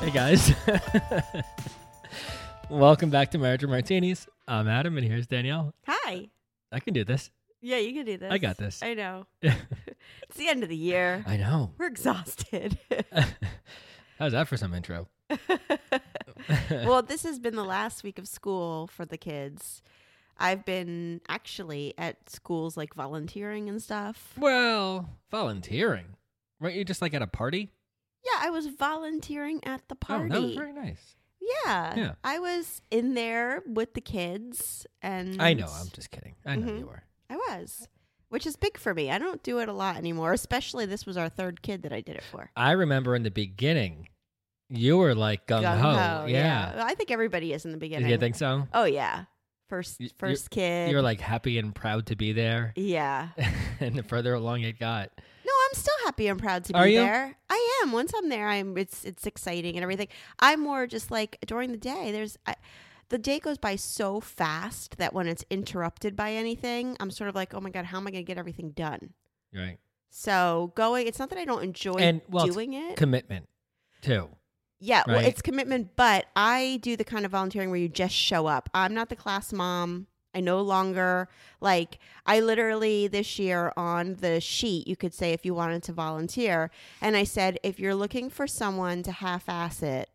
Hey guys. Welcome back to Marriage and Martinis. I'm Adam and here's Danielle. Hi. I can do this. Yeah, you can do this. I got this. I know. it's the end of the year. I know. We're exhausted. How's that for some intro? well, this has been the last week of school for the kids. I've been actually at schools like volunteering and stuff. Well, volunteering. Weren't you just like at a party? Yeah, I was volunteering at the party. Oh, that was very nice. yeah. Yeah. I was in there with the kids and I know. I'm just kidding. I know Mhm. you were. I was. Which is big for me. I don't do it a lot anymore, especially this was our third kid that I did it for. I remember in the beginning, you were like gung ho. Gung-ho, Yeah. I think everybody is in the beginning. Did you think so? Oh yeah. First Y- you're- first kid. You were like happy and proud to be there. Yeah. and the further along it got, No, I'm still happy and proud to be Are you? there. I am. Once I'm there, I'm it's it's exciting and everything. I'm more just like during the day there's I, the day goes by so fast that when it's interrupted by anything, I'm sort of like, "Oh my god, how am I going to get everything done?" right? So, going it's not that I don't enjoy And, well, it's doing it. Commitment, too. Yeah, well, Right. it's commitment, but I do the kind of volunteering where you just show up. I'm not the class mom. I no longer like I literally this year on the sheet you could say if you wanted to volunteer and I said if you're looking for someone to half ass it,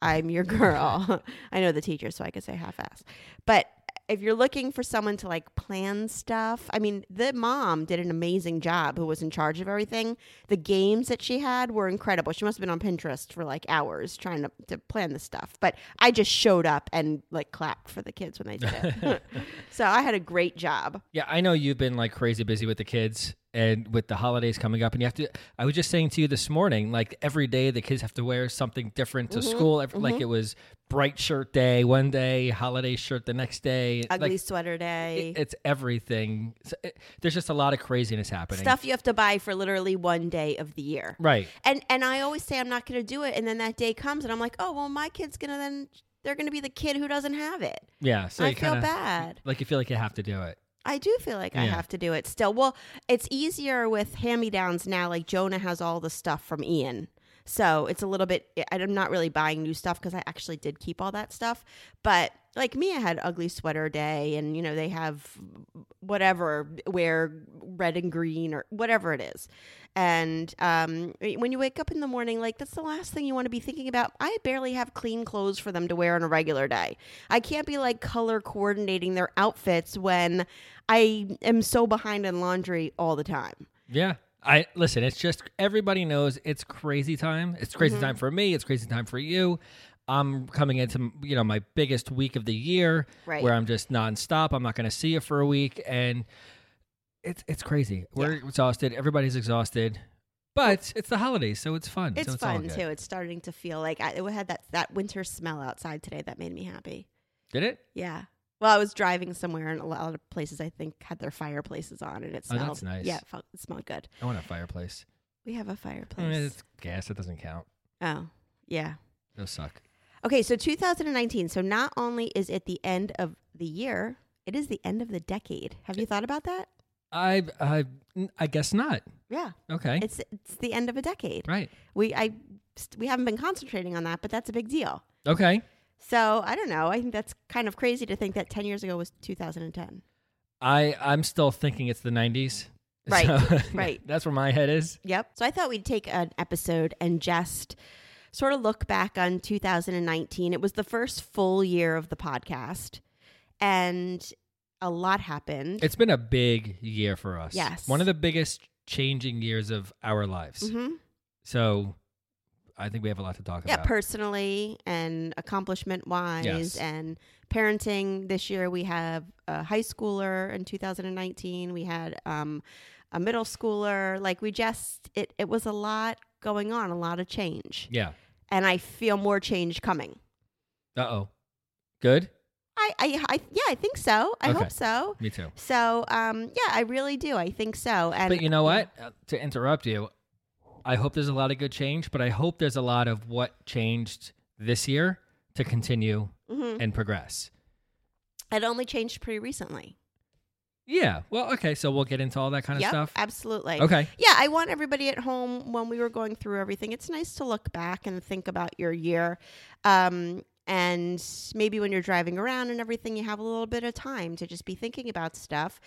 I'm your girl. I know the teacher so I could say half ass. But if you're looking for someone to like plan stuff, I mean, the mom did an amazing job who was in charge of everything. The games that she had were incredible. She must have been on Pinterest for like hours trying to, to plan this stuff. But I just showed up and like clapped for the kids when they did it. so I had a great job. Yeah, I know you've been like crazy busy with the kids and with the holidays coming up, and you have to. I was just saying to you this morning, like every day the kids have to wear something different Mm-hmm, to school. Every, Like it was bright shirt day one day, holiday shirt the next day. Ugly like, sweater day. it- it's everything. So it- there's just a lot of craziness happening. stuff you have to buy for literally one day of the year. Right. and and I always say I'm not going to do it, and then that day comes, and I'm like, oh well, my kid's gonna then they're gonna be the kid who doesn't have it. Yeah. So I you feel kinda, bad. Like you feel like you have to do it. I do feel like I Yeah. have to do it still. Well, it's easier with hand me downs now. Like Jonah has all the stuff from Ian. So it's a little bit, I'm not really buying new stuff because I actually did keep all that stuff. But like Mia had Ugly Sweater Day, and you know, they have whatever, wear red and green or whatever it is. And um, when you wake up in the morning, like that's the last thing you want to be thinking about. I barely have clean clothes for them to wear on a regular day. I can't be like color coordinating their outfits when I am so behind in laundry all the time. Yeah. I listen, it's just everybody knows it's crazy time. It's crazy Mm-hmm. time for me, it's crazy time for you. I'm coming into you know my biggest week of the year Right. where I'm just nonstop. I'm not going to see you for a week and it's it's crazy. We're exhausted. Everybody's exhausted. But it's the holidays, so it's fun. It's, so it's all fun good. too. It's starting to feel like I, it had that that winter smell outside today that made me happy. Did it? Yeah. Well, I was driving somewhere, and a lot of places I think had their fireplaces on, and it Oh, smelled. that's nice. Yeah, it, felt, it smelled good. I want a fireplace. We have a Eh, fireplace. It's gas. It doesn't count. Oh, yeah. Those suck. Okay, so 2019. So not only is it the end of the year, it is the end of the decade. Have you thought about that? I I I guess not. Yeah, Okay. it's it's the end of a decade. right. We I st- we haven't been concentrating on that, but that's a big deal. Okay. So I don't know. I think that's kind of crazy to think that 10 years ago was 2010. I I'm still thinking it's the 90s. Right, So, right. That's where my head is. Yep. So I thought we'd take an episode and just sort of look back on 2019. It was the first full year of the podcast, and a lot happened. It's been a big year for us. Yes. One of the biggest changing years of our lives. hmm So I think we have a lot to talk Yeah, about. personally and accomplishment wise, Yes. and parenting. This year we have a high schooler in 2019. We had um, a middle schooler. Like we just, it it was a lot going on, a lot of change, yeah. and I feel more change coming. Uh oh. Good? I, I, I yeah, I think so. I Okay. hope so. Me too. So, um, yeah, I really do. I think so. And But you know what? Uh, to interrupt you, I hope there's a lot of good change, but I hope there's a lot of what changed this year to continue Mhm. and progress. it only changed pretty recently. Yeah. Well, okay. So we'll get into all that kind of Yep, stuff. absolutely. Okay. Yeah, I want everybody at home when we were going through everything. It's nice to look back and think about your year. Um, and maybe when you're driving around and everything, you have a little bit of time to just be thinking about stuff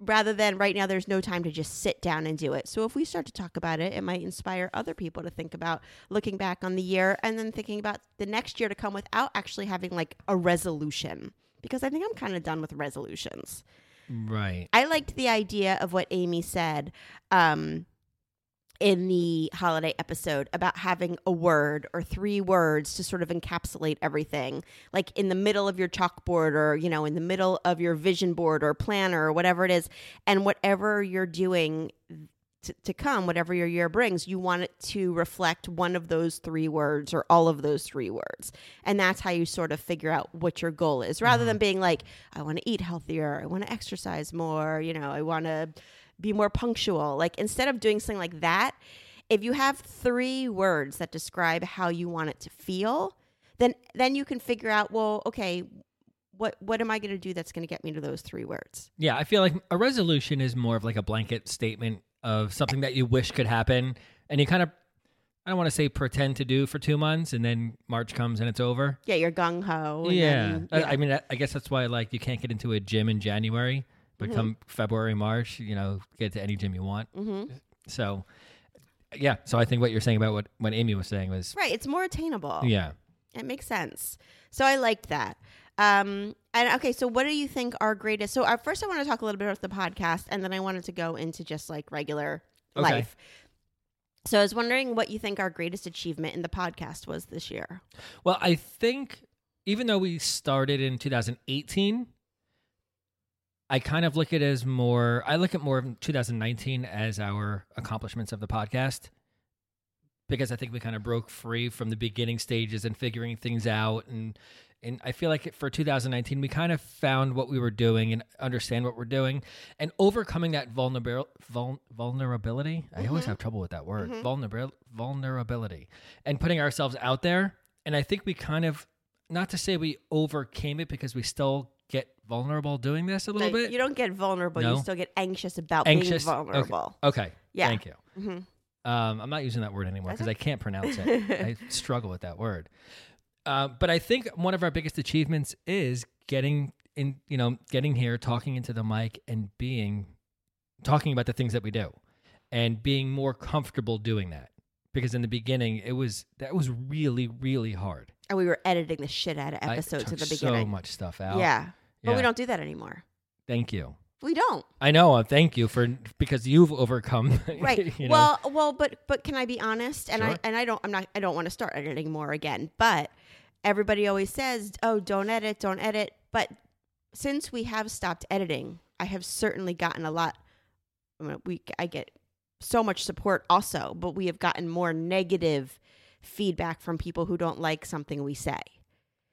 rather than right now, there's no time to just sit down and do it. So if we start to talk about it, it might inspire other people to think about looking back on the year and then thinking about the next year to come without actually having like a resolution. Because I think I'm kind of done with resolutions. Right. I liked the idea of what Amy said um, in the holiday episode about having a word or three words to sort of encapsulate everything, like in the middle of your chalkboard or, you know, in the middle of your vision board or planner or whatever it is. And whatever you're doing to, to come, whatever your year brings, you want it to reflect one of those three words or all of those three words. And that's how you sort of figure out what your goal is rather than being like, I want to eat healthier, I want to exercise more, you know, I want to be more punctual. Like instead of doing something like that, if you have three words that describe how you want it to feel, then then you can figure out, well, okay, what what am I going to do that's going to get me to those three words? Yeah. I feel like a resolution is more of like a blanket statement of something that you wish could happen. And you kind of, I don't want to say pretend to do for two months and then March comes and it's over. Yeah, you're gung ho. Yeah. Uh, yeah. I, I mean, I- I guess that's why like you can't get into a gym in January, but come February, March, you know, get to any gym you want. Mhm. So, yeah. So I think what you're saying about what, what Amy was saying was, Right, it's more attainable. yeah. It makes sense. So I liked that. Um, and okay, so what do you think our greatest? So uh, first, I want to talk a little bit about the podcast, and then I wanted to go into just like regular Okay. life. So I was wondering what you think our greatest achievement in the podcast was this year. Well, I think even though we started in 2018, I kind of look at it as more, I look at more of 2019 as our accomplishments of the podcast because I think we kind of broke free from the beginning stages and figuring things out. And, and I feel like for 2019, we kind of found what we were doing and understand what we're doing and overcoming that vulnerabil- vul- vulnerability. I always Mm-hmm. have trouble with that word vulnerabil- vulnerability and putting ourselves out there. And I think we kind of, not to say we overcame it because we still get vulnerable doing this a little Like, bit. You don't get vulnerable; No. you still get anxious about Anxious? being Okay. vulnerable. okay. Yeah. Thank you. Mhm. Um, I'm not using that word anymore because I can't pronounce it. I struggle with that word. Uh, but I think one of our biggest achievements is getting in, you know, getting here, talking into the mic, and being talking about the things that we do, and being more comfortable doing that. Because in the beginning, it was that was really, really hard. And we were editing the shit out of I episodes at took the so beginning. much stuff out. yeah. but Yeah. we don't do that anymore. Thank you. We don't. I know. uh, Thank you for because you've overcome. right you know. well well but but can i be honest and i Sure. and i don't i'm not i don't want to start editing more again but everybody always says oh don't edit don't edit but since we have stopped editing i have certainly gotten a lot I mean, we i get so much support also but we have gotten more negative feedback from people who don't like something we say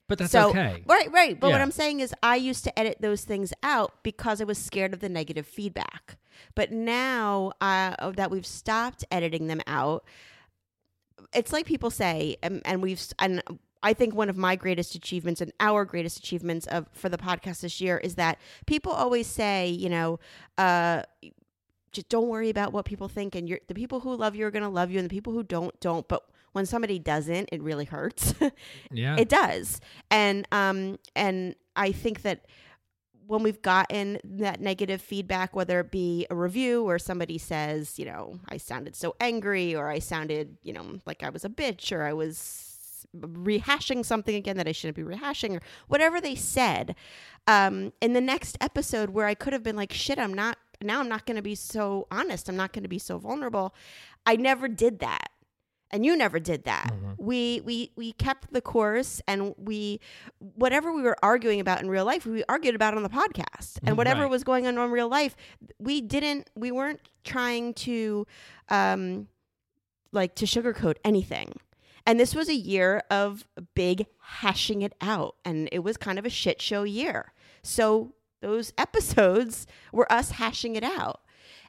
but that's so okay. right right but what Yeah. i'm saying is i used to edit those things out because i was scared of the negative feedback but now uh, that we've stopped editing them out it's like people say and, and we've and i think one of my greatest achievements and our greatest achievements of for the podcast this year is that people always say you know uh just don't worry about what people think and you're, the people who love you are going to love you and the people who don't don't but when somebody doesn't it really hurts Yeah. It does, and um, and I think that when we've gotten that negative feedback, whether it be a review or somebody says, you know, I sounded so angry or I sounded, you know, like I was a bitch or I was rehashing something again that I shouldn't be rehashing or whatever they said. Um, in the next episode where I could have been like, shit, I'm not, now I'm not going to be so honest. I'm not going to be so vulnerable. I never did that and you never did that. We we we kept the course, and we whatever we were arguing about in real life, we argued about on the podcast, and whatever Right. was going on in real life, we didn't. We weren't trying to, um, like to sugarcoat anything. And this was a year of big hashing it out, and it was kind of a shit show year. So those episodes were us hashing it out.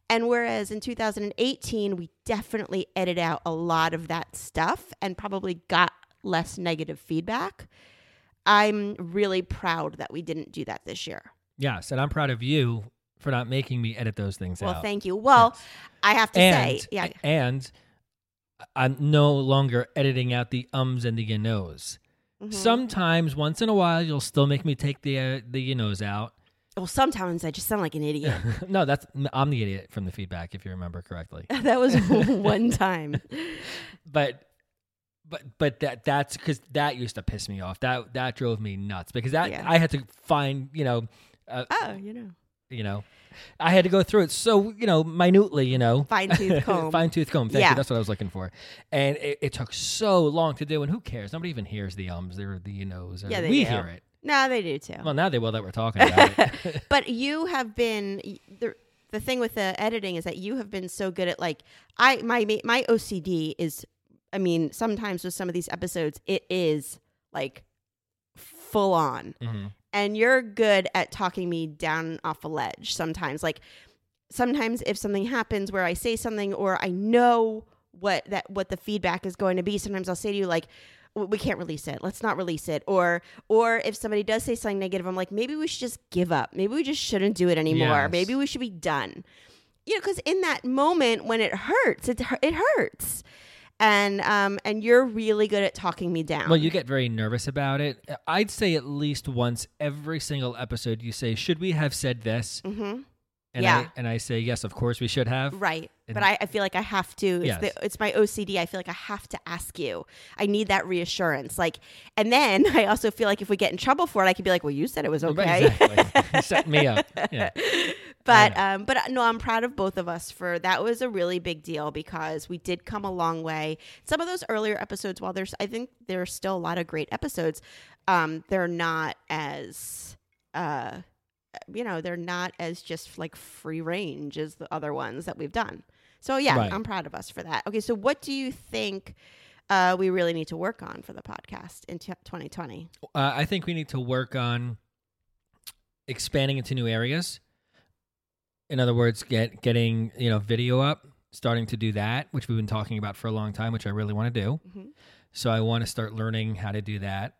And whereas in 2018, we definitely edited out a lot of that stuff and probably got less negative feedback, I'm really proud that we didn't do that this year. Yes, and I'm proud of you for not making me edit those things out. Well, thank you. Well, I have to and, say, yeah, and I'm no longer editing out the ums and the you knows. Mm-hmm. Sometimes, once in a while, you'll still make me take the uh, the you knows out. well, sometimes I just sound like an idiot. no, that's I'm the idiot from the feedback, if you remember correctly. that was one time. But but but that that's because that used to piss me off. That that drove me nuts because that Yeah. I had to find you know uh, Oh, you know, you know I had to go through it so you know minutely you know fine tooth comb. Fine tooth comb. Thank Yeah. you. That's what I was looking for. And it, it took so long to do. And who cares? Nobody even hears the ums or the you knows. Or Yeah, they we do. Oh. hear it. No, they do too. Well, now they will that we're talking about it. but you have been the the thing with the editing is that you have been so good at like I my my OCD is I mean sometimes with some of these episodes it is like full on Mhm. and you're good at talking me down off a ledge sometimes like sometimes if something happens where I say something or I know what that what the feedback is going to be, sometimes I'll say to you like "W- we can't release it. Let's not release it. Or or if somebody does say something negative, I'm like maybe we should just give up. Maybe we just shouldn't do it anymore. Yes. Maybe we should be done. You know, cuz in that moment when it hurts, it hu- it hurts. And um and you're really good at talking me down. Well, you get very nervous about it. I'd say at least once every single episode, you say, "Should we have said this?" Mhm. And Yeah. I, and I say, "Yes, of course we should have." Right. But And- I, I feel like I have to. It's, Yes. the, it's my OCD. I feel like I have to ask you. I need that reassurance. Like, and then I also feel like if we get in trouble for it, I could be like, "Well, you said it was Right, okay." exactly. Set me up. Yeah. but um, but uh, no, I'm proud of both of us for that was a really big deal because we did come a long way. Some of those earlier episodes, while there's, I think there's still a lot of great episodes. Um, they're not as uh, you know, they're not as just like free range as the other ones that we've done. So yeah, Right. I'm proud of us for that. Okay, so what do you think? Uh, we really need to work on for the podcast in t- 2020. Uh, I think we need to work on expanding into new areas. In other words, get getting you know video up, starting to do that, which we've been talking about for a long time, which I really want to do. Mhm. So I want to start learning how to do that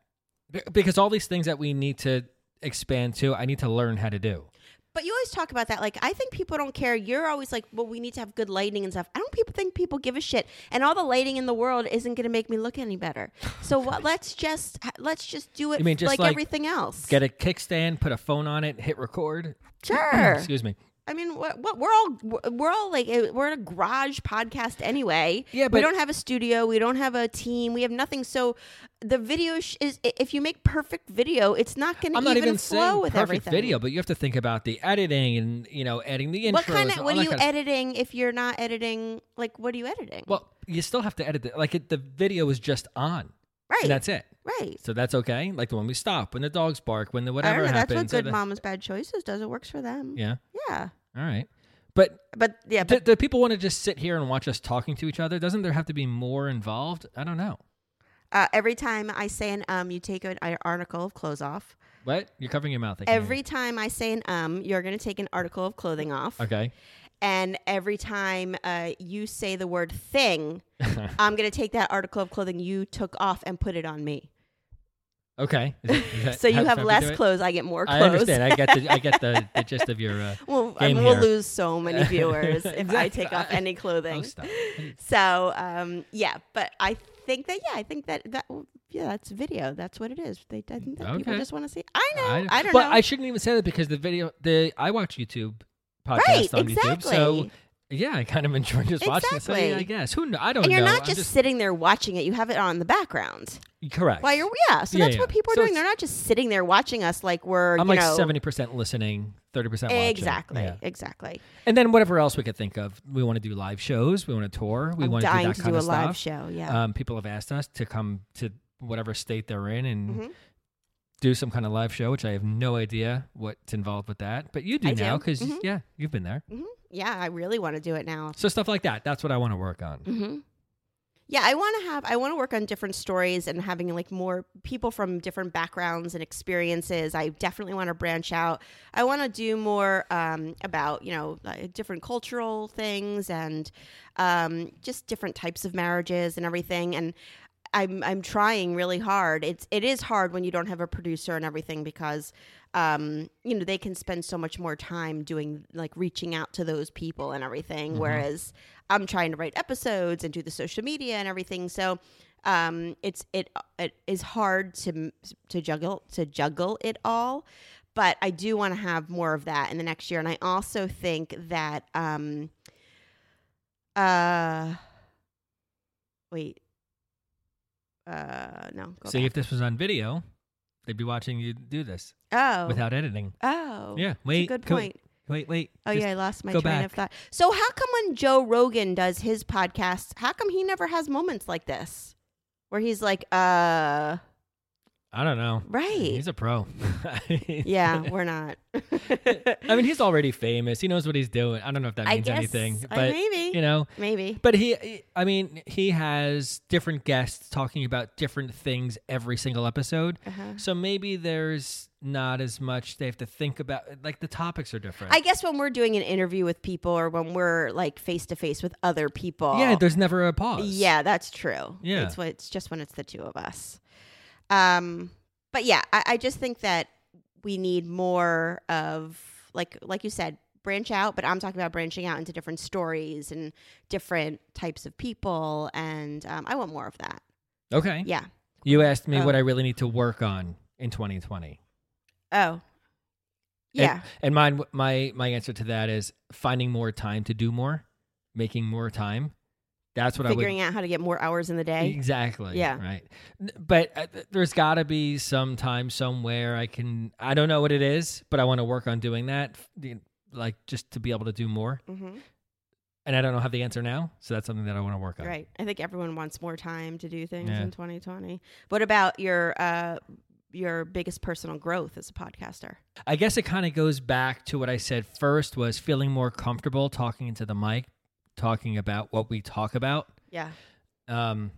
Be- because all these things that we need to expand to, I need to learn how to do. But you always talk about that. Like, I think people don't care. You're always like, well, we need to have good lighting and stuff. I don't people think people give a shit. And all the lighting in the world isn't going to make me look any better. So what, let's just let's just do it You mean just like, like everything else. Get a kickstand, put a phone on it, hit record. sure. Excuse me. I mean, what, what we're all we're- we're all like uh, we're a garage podcast anyway. Yeah, we but- don't have a studio. We don't have a team. We have nothing. So the video sh- is i- if you make perfect video, it's not going to I'm even, not even flow saying with perfect everything. video, but you have to think about the editing and you know adding the intros. What kind of and what all are that you kind of- editing if you're not editing? Like, what are you editing? Well, you still have to edit it. Like it, the video is just on, right, and that's it. right. So that's okay. Like the when we stop, when the dogs bark, when the I don't whatever know. That's happens. what so good the- moms bad choices does. It works for them. Yeah. Yeah. All right. But But yeah, do, but do people want to just sit here and watch us talking to each other? Doesn't there have to be more involved? I don't know. uh, every time I say an um, you take an article of clothes off. What? You're covering your mouth. I can't Every time I say an um, you're going to take an article of clothing off. hear you. Okay. And every time uh, you say the word thing, I'm going to take that article of clothing you took off and put it on me. Okay. Is that- is that So how- you have how we do less it? clothes, I get more clothes. I understand. I get the I get the, the gist of your. Uh, Well, I Game mean, we'll here. lose so many viewers if I Exactly. take off any clothing. stop. So, um, yeah, but I think that yeah, I think that that yeah, that's video. That's what it is. They I think that people Okay. just want to see. I know. I, don't but know. I shouldn't even say that because the video, the I watch YouTube podcast Right, on YouTube. So exactly. yeah, I kind of enjoy just watching it. So yeah, I Exactly. guess who kn- I don't and you're know. not I'm just, sitting there watching it. You have it on in the background correct. while you're yeah. So Yeah, that's yeah. what people are So doing. it's- They're not just sitting there watching us like we're I'm you like know seventy percent listening, thirty percent watching. exactly Yeah. exactly. and then whatever else we could think of. We want to do live shows. We want to tour. We I'm want dying to do that to kind do a of stuff. live show. Yeah. Um, people have asked us to come to whatever state they're in and Mhm. do some kind of live show, which I have no idea what's involved with that. But you do I now do. because Mhm. yeah, you've been there. hmm Yeah, I really want to do it now. So stuff like that. That's what I want to work on. hmm Yeah, I want to have I want to work on different stories and having like more people from different backgrounds and experiences. I definitely want to branch out. I want to do more um, about you know like, different cultural things and um, just different types of marriages and everything. And I'm I'm trying really hard. It's it is hard when you don't have a producer and everything because um, you know they can spend so much more time doing like reaching out to those people and everything. Whereas I'm trying to write episodes and do the social media and everything. So um, it's it it is hard to to juggle to juggle it all. But I do want to have more of that in the next year. And I also think that um, uh, wait. Uh no. Go See, back. if this was on video, they'd be watching you do this oh. without editing. oh. yeah, That's wait, a good go- point. Wait, wait. Oh just- yeah, I lost my go train of back. thought. So how come when Joe Rogan does his podcast, how come he never has moments like this? Where he's like, uh I don't know. right. He's a pro. yeah, we're not. I mean, he's already famous. He knows what he's doing. I don't know if that I means guess, anything, uh, but maybe. you know, Maybe. But he, I mean, he has different guests talking about different things every single episode. Uh-huh. So maybe there's not as much they have to think about. Like the topics are different. I guess when we're doing an interview with people or when we're like face to face with other people. yeah, there's never a pause. Yeah, that's true. Yeah. It's what it's just when it's the two of us. Um but yeah, I, I just think that we need more of like like you said, branch out, but I'm talking about branching out into different stories and different types of people and um, I want more of that. Okay. Yeah. You asked me Oh. what I really need to work on in 2020. Oh. Yeah. And, and mine, my my answer to that is finding more time to do more, making more time. That's what I would Figuring out how to get more hours in the day. Exactly. Yeah. Right. N- But uh, th- there's got to be some time somewhere I can. I don't know what it is, but I want to work on doing that, f- the- like just to be able to do more. Mhm. And I don't know have the answer now, so that's something that I want to work on. Right. I think everyone wants more time to do things Yeah. in 2020. What about your uh your biggest personal growth as a podcaster? I guess it kind of goes back to what I said first was feeling more comfortable talking into the mic, talking about what we talk about. Yeah. um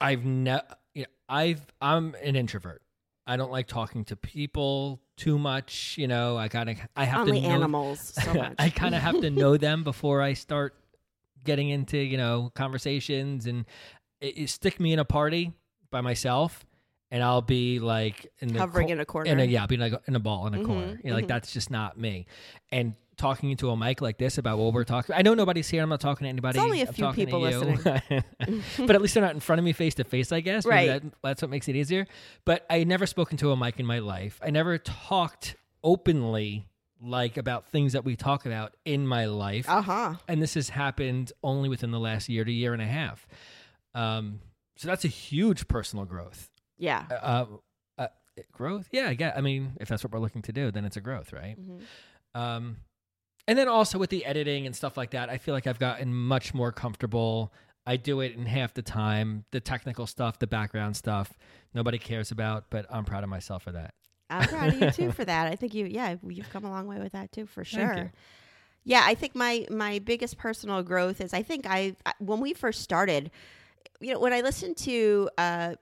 i've ne- you know, i've i'm an introvert i don't like talking to people too much you know i gotta i have only to know, animals so much. i kind of have to know them before i start getting into you know conversations and it, it stick me in a party by myself and i'll be like in the hovering cor- in a corner. in a yeah, being like in a ball in a Mhm, corner. You know, like mhm. that's just not me. And talking into a mic like this about what we're talking. I know nobody's here. I'm not talking to anybody. It's only a I'm few talking to people you. listening. but at least they're not in front of me face to face. I guess. Maybe Right. That, that's what makes it easier. But I had never spoken to a mic in my life. I never talked openly like about things that we talk about in my life Uh huh. and this has happened only within the last year to year and a half um, so that's a huge personal growth Yeah. uh, uh, growth. Yeah, I get. I mean, if that's what we're looking to do, then it's a growth, right? Mm-hmm. Um, and then also with the editing and stuff like that, I feel like I've gotten much more comfortable. I do it in half the time. The technical stuff, the background stuff, nobody cares about, but I'm proud of myself for that. I'm proud of you too for that. I think you, yeah, you've come a long way with that too for Thank sure. you. Yeah, I think my my biggest personal growth is I think I I- when we first started, you know, when I listened to uh,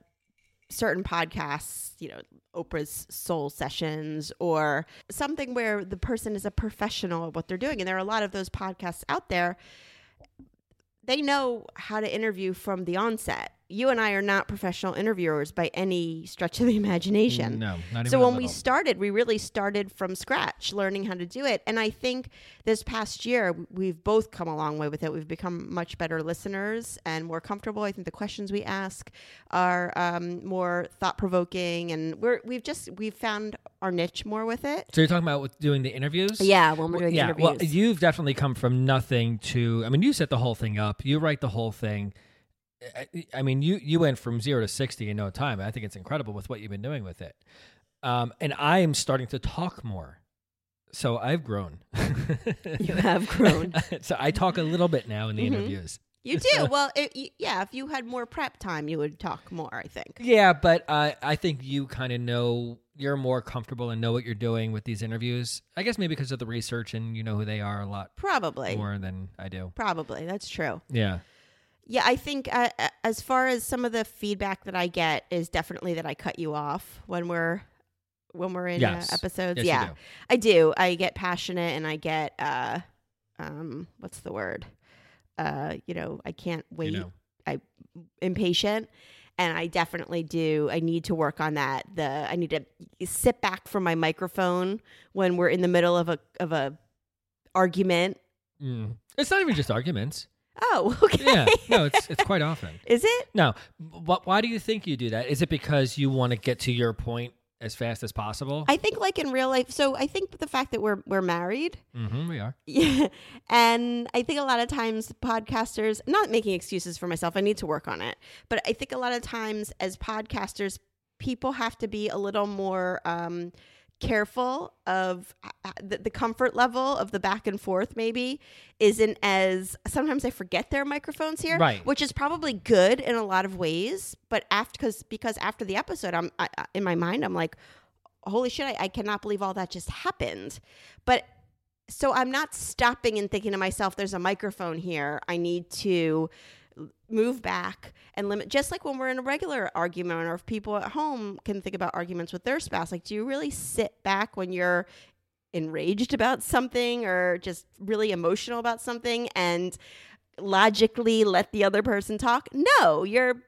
certain podcasts, you know, Oprah's Soul Sessions or something where the person is a professional at what they're doing, and there are a lot of those podcasts out there. They know how to interview from the onset. you and I are not professional interviewers by any stretch of the imagination. No, not even So a when we little. started, we really started from scratch, learning how to do it. And I think this past year, we've both come a long way with it. We've become much better listeners and more comfortable. I think the questions we ask are um, more thought provoking, and we're we've just we've found our niche more with it. So you're talking about with doing the interviews? Yeah, when we're doing yeah. interviews. Well, you've definitely come from nothing to. I mean, you set the whole thing up. You write the whole thing. I, I mean, you you went from zero to sixty in no time. I think it's incredible with what you've been doing with it. Um, and I am starting to talk more, so I've grown. you have grown. Mm-hmm. so I talk a little bit now in the interviews. You do well, it, y- yeah. If you had more prep time, you would talk more. I think. Yeah, but I I think you kind of know you're more comfortable and know what you're doing with these interviews. I guess maybe because of the research and you know who they are a lot Probably. more than I do. Probably. That's true. Yeah. Yeah, I think uh, uh, as far as some of the feedback that I get is definitely that I cut you off when we're when we're in Yes. uh, episodes. Yes, you yeah, do. I do. I get passionate and I get uh, um, what's the word? Uh, you know, I can't wait. know. I impatient. And I definitely do. I need to work on that. The I need to sit back from my microphone when we're in the middle of a of a argument. Mm. It's not even just arguments. Oh, okay. Yeah. No, it's it's quite often. Is it? Now, wh- why do you think you do that? Is it because you want to get to your point as fast as possible? I think like in real life. So I think the fact that we're we're married, mm-hmm, we are. yeah, and I think a lot of times podcasters, not making excuses for myself, I need to work on it. But I think a lot of times as podcasters, people have to be a little more um, careful of uh, the, the comfort level of the back and forth. Maybe isn't as sometimes I forget their microphones here, Right. Which is probably good in a lot of ways. But after because because after the episode, I'm I, I- in my mind, I'm like, holy shit, I, I cannot believe all that just happened. But so I'm not stopping and thinking to myself, there's a microphone here. I need to move back and limit just like when we're in a regular argument or if people at home can think about arguments with their spouse like do you really sit back when you're enraged about something or just really emotional about something and logically let the other person talk no you're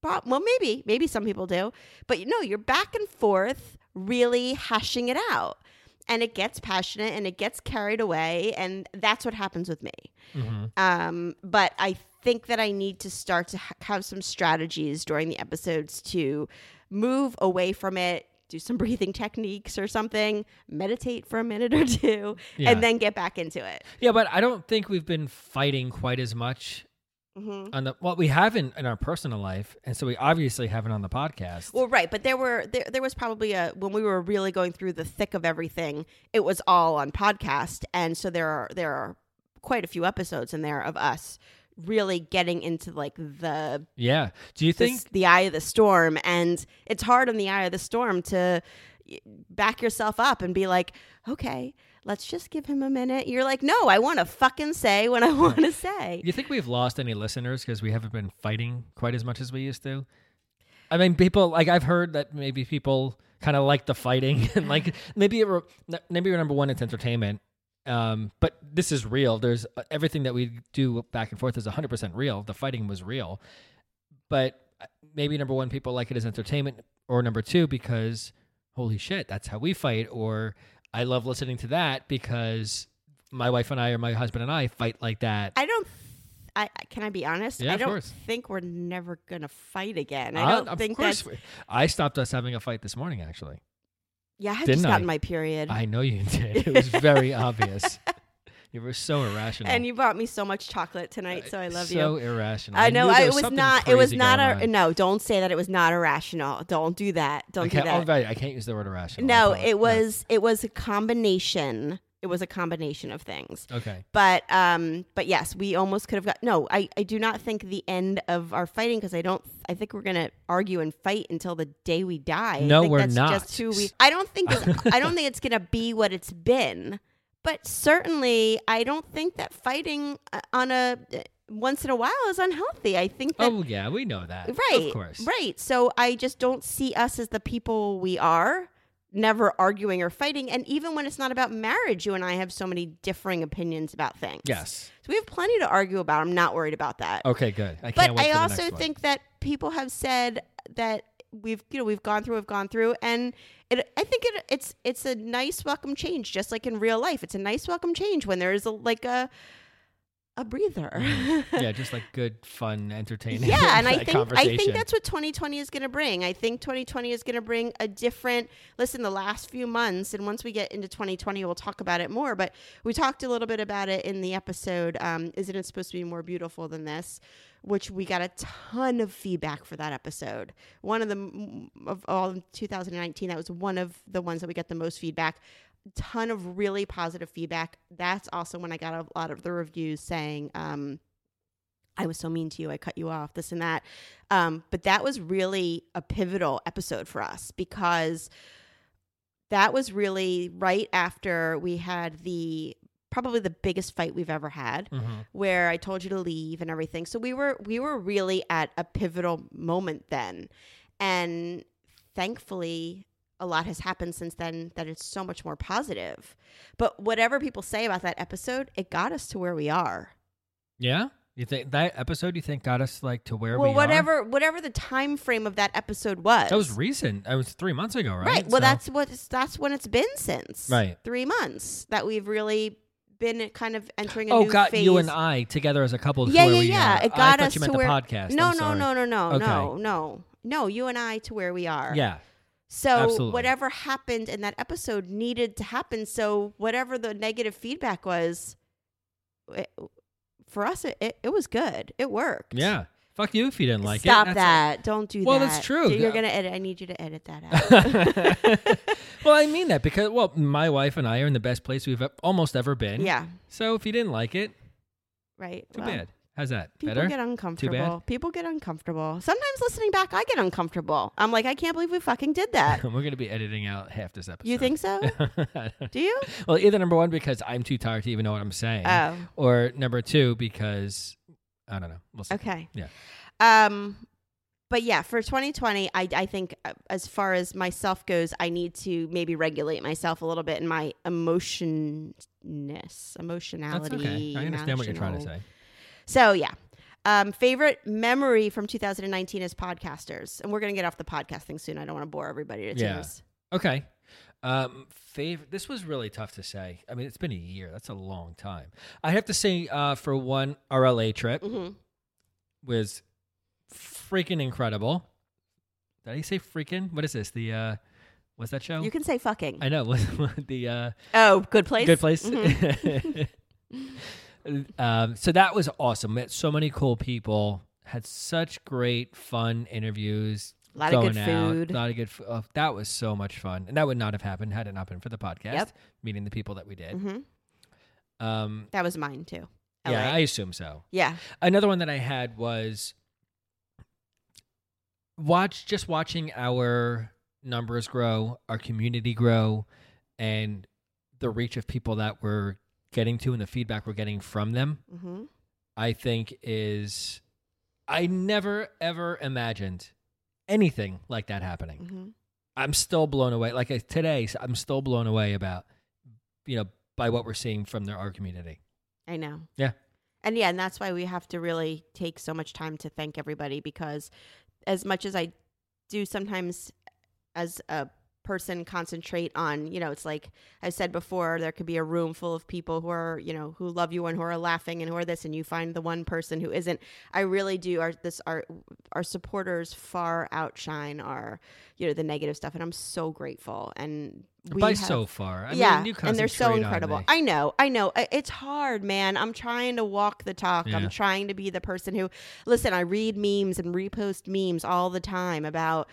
prob- well maybe maybe some people do but you know you're back and forth really hashing it out and it gets passionate and it gets carried away and that's what happens with me hmm um, but I think that I need to start to ha- have some strategies during the episodes to move away from it, do some breathing techniques or something, meditate for a minute or two, Yeah. and then get back into it. Yeah, but I don't think we've been fighting quite as much Mhm. on the. Well, we haven't in our personal life, and so we obviously haven't on the podcast. Well, right, but there were there, there was probably a when we were really going through the thick of everything, it was all on podcast, and so there are there are quite a few episodes in there of us really getting into like the yeah. Do you think? this- the eye of the storm and it's hard in the eye of the storm to y- back yourself up and be like okay let's just give him a minute you're like no i want to fucking say what i want to say You think we've lost any listeners because we haven't been fighting quite as much as we used to? I mean, people like I've heard that maybe people kind of like the fighting and like maybe it re- n- maybe number one, it's entertainment. Um, but this is real. There's uh, everything that we do back and forth is 100 percent real. The fighting was real, but uh, maybe number one, people like it as entertainment, or number two, because holy shit, that's how we fight, or I love listening to that because my wife and I or my husband and I fight like that. i don't I, I- can I be honest? Yeah, I of don't course. think we're never gonna fight again. I don't Uh, of think course that's. we- I stopped us having a fight this morning. Actually, Yeah, I had Didn't just gotten I? my period, I know you did. It was very obvious. You were so irrational. and you brought me so much chocolate tonight, so I love you. So irrational. I know knew I, there it was something not. It was crazy not. going A, on. no, don't say that. It was not irrational. Don't do that. Don't I do can't, that. oh, right, I can't use the word irrational. I No, apologize. it was it was a combination. It was a combination of things. Okay. But um but yes, we almost could have got No, I I do not think the end of our fighting because I don't I think we're going to argue and fight until the day we die. I No, think we're that's not. just who we I don't think this, I don't think it's going to be what it's been. But certainly I don't think that fighting uh, on a once in a while is unhealthy. I think that Oh yeah, we know that. Right. Of course. Right. So I just don't see us as the people we are. never arguing or fighting. And even when it's not about marriage, you and I have so many differing opinions about things. Yes. So we have plenty to argue about. I'm not worried about that. Okay, good. I can't but wait I for the also next one. think that people have said that we've you know we've gone through, we've gone through, and it, I think it, it's it's a nice welcome change, just like in real life. It's a nice welcome change when there is a, like a a breather. yeah, just like good, fun, entertaining. Yeah, and I like, think I think conversation. that's what 2020 is going to bring. I think 2020 is going to bring a different. Listen, the last few months, and once we get into 2020, we'll talk about it more. But we talked a little bit about it in the episode. Um, Isn't it supposed to be more beautiful than this? Which we got a ton of feedback for that episode. One of the m- of all of 2019, that was one of the ones that we got the most feedback. Ton of really positive feedback. That's also when I got a lot of the reviews saying. Um, I was so mean to you. I cut you off, this and that. Um, but that was really a pivotal episode for us because that was really right after we had the probably the biggest fight we've ever had Mhm. where I told you to leave and everything. So we were we were really at a pivotal moment then. And thankfully a lot has happened since then that it's so much more positive. But whatever people say about that episode, it got us to where we are. Yeah. You think that episode? You think got us like to where well we are? whatever whatever the time frame of that episode was That was recent. That was three months ago, right? right, well So- that's what that's when it's been since Right. three months that we've really been kind of entering a Oh, new got phase. you and I together as a couple. to yeah where yeah we yeah are. it got I thought us you meant the to where podcast. no I'm no sorry. no no no Okay. no no no you and i to where we are Yeah, so absolutely. whatever happened in that episode needed to happen so whatever the negative feedback was it, for us it, it, it was good it worked yeah. Fuck you if you didn't like Stop it. That's- that. Don't do Well, that. that's true. You're Uh, going to edit. I need you to edit that out. well, I mean that because well, my wife and I are in the best place we've e- almost ever been. yeah, So if you didn't like it, right. too Well, bad. How's that? People Better. get uncomfortable. People get uncomfortable. Sometimes listening back, I get uncomfortable. I'm like, I can't believe we fucking did that. We're gonna be editing out half this episode. You think so? Do you? well, either number one because I'm too tired to even know what I'm saying, Oh, or number two because I don't know. We'll see. Oh, okay. Yeah. Um, but yeah, for 2020, I I think uh, as far as myself goes, I need to maybe regulate myself a little bit in my emotionness, That's emotionality. okay. I understand what you're trying to emotional- say. So yeah. Um, favorite memory from 2019 as podcasters, and we're gonna get off the podcast thing soon. I don't want to bore everybody to Yeah. tears. Okay. Um, favorite. This was really tough to say. I mean, it's been a year. That's a long time. I have to say, uh, for one, RLA trip Mhm. was freaking incredible. Did I say freaking? What is this? The uh, what's that show? You can say fucking. I know. Was the uh, oh, good place. good place. Mhm. um, so that was awesome. Met so many cool people. Had such great fun interviews. A lot of good going out, food. A lot of good. F- oh, that was so much fun, and that would not have happened had it not been for the podcast. Yep. Meeting the people that we did. Mhm. Um, That was mine too. yeah, LA. I assume so. yeah. Another one that I had was watch just watching our numbers grow, our community grow, and the reach of people that we're getting to and the feedback we're getting from them. hmm I think is I never ever imagined anything like that happening. hmm I'm still blown away. Like I, today, s- I'm still blown away about you know by what we're seeing from their, our community. I know. Yeah. And yeah, and that's why we have to really take so much time to thank everybody because as much as I do sometimes as a person concentrate on, you know, it's like I said before, there could be a room full of people who are, you know, who love you and who are laughing and who are this and you find the one person who isn't. I really do our this our our supporters far outshine our, you know, the negative stuff and I'm so grateful and we by have- so far, I yeah, mean, you and they're so concentrate on incredible. me. I know, I know. I- It's hard, man. I'm trying to walk the talk. Yeah. I'm trying to be the person who, listen, I read memes and repost memes all the time about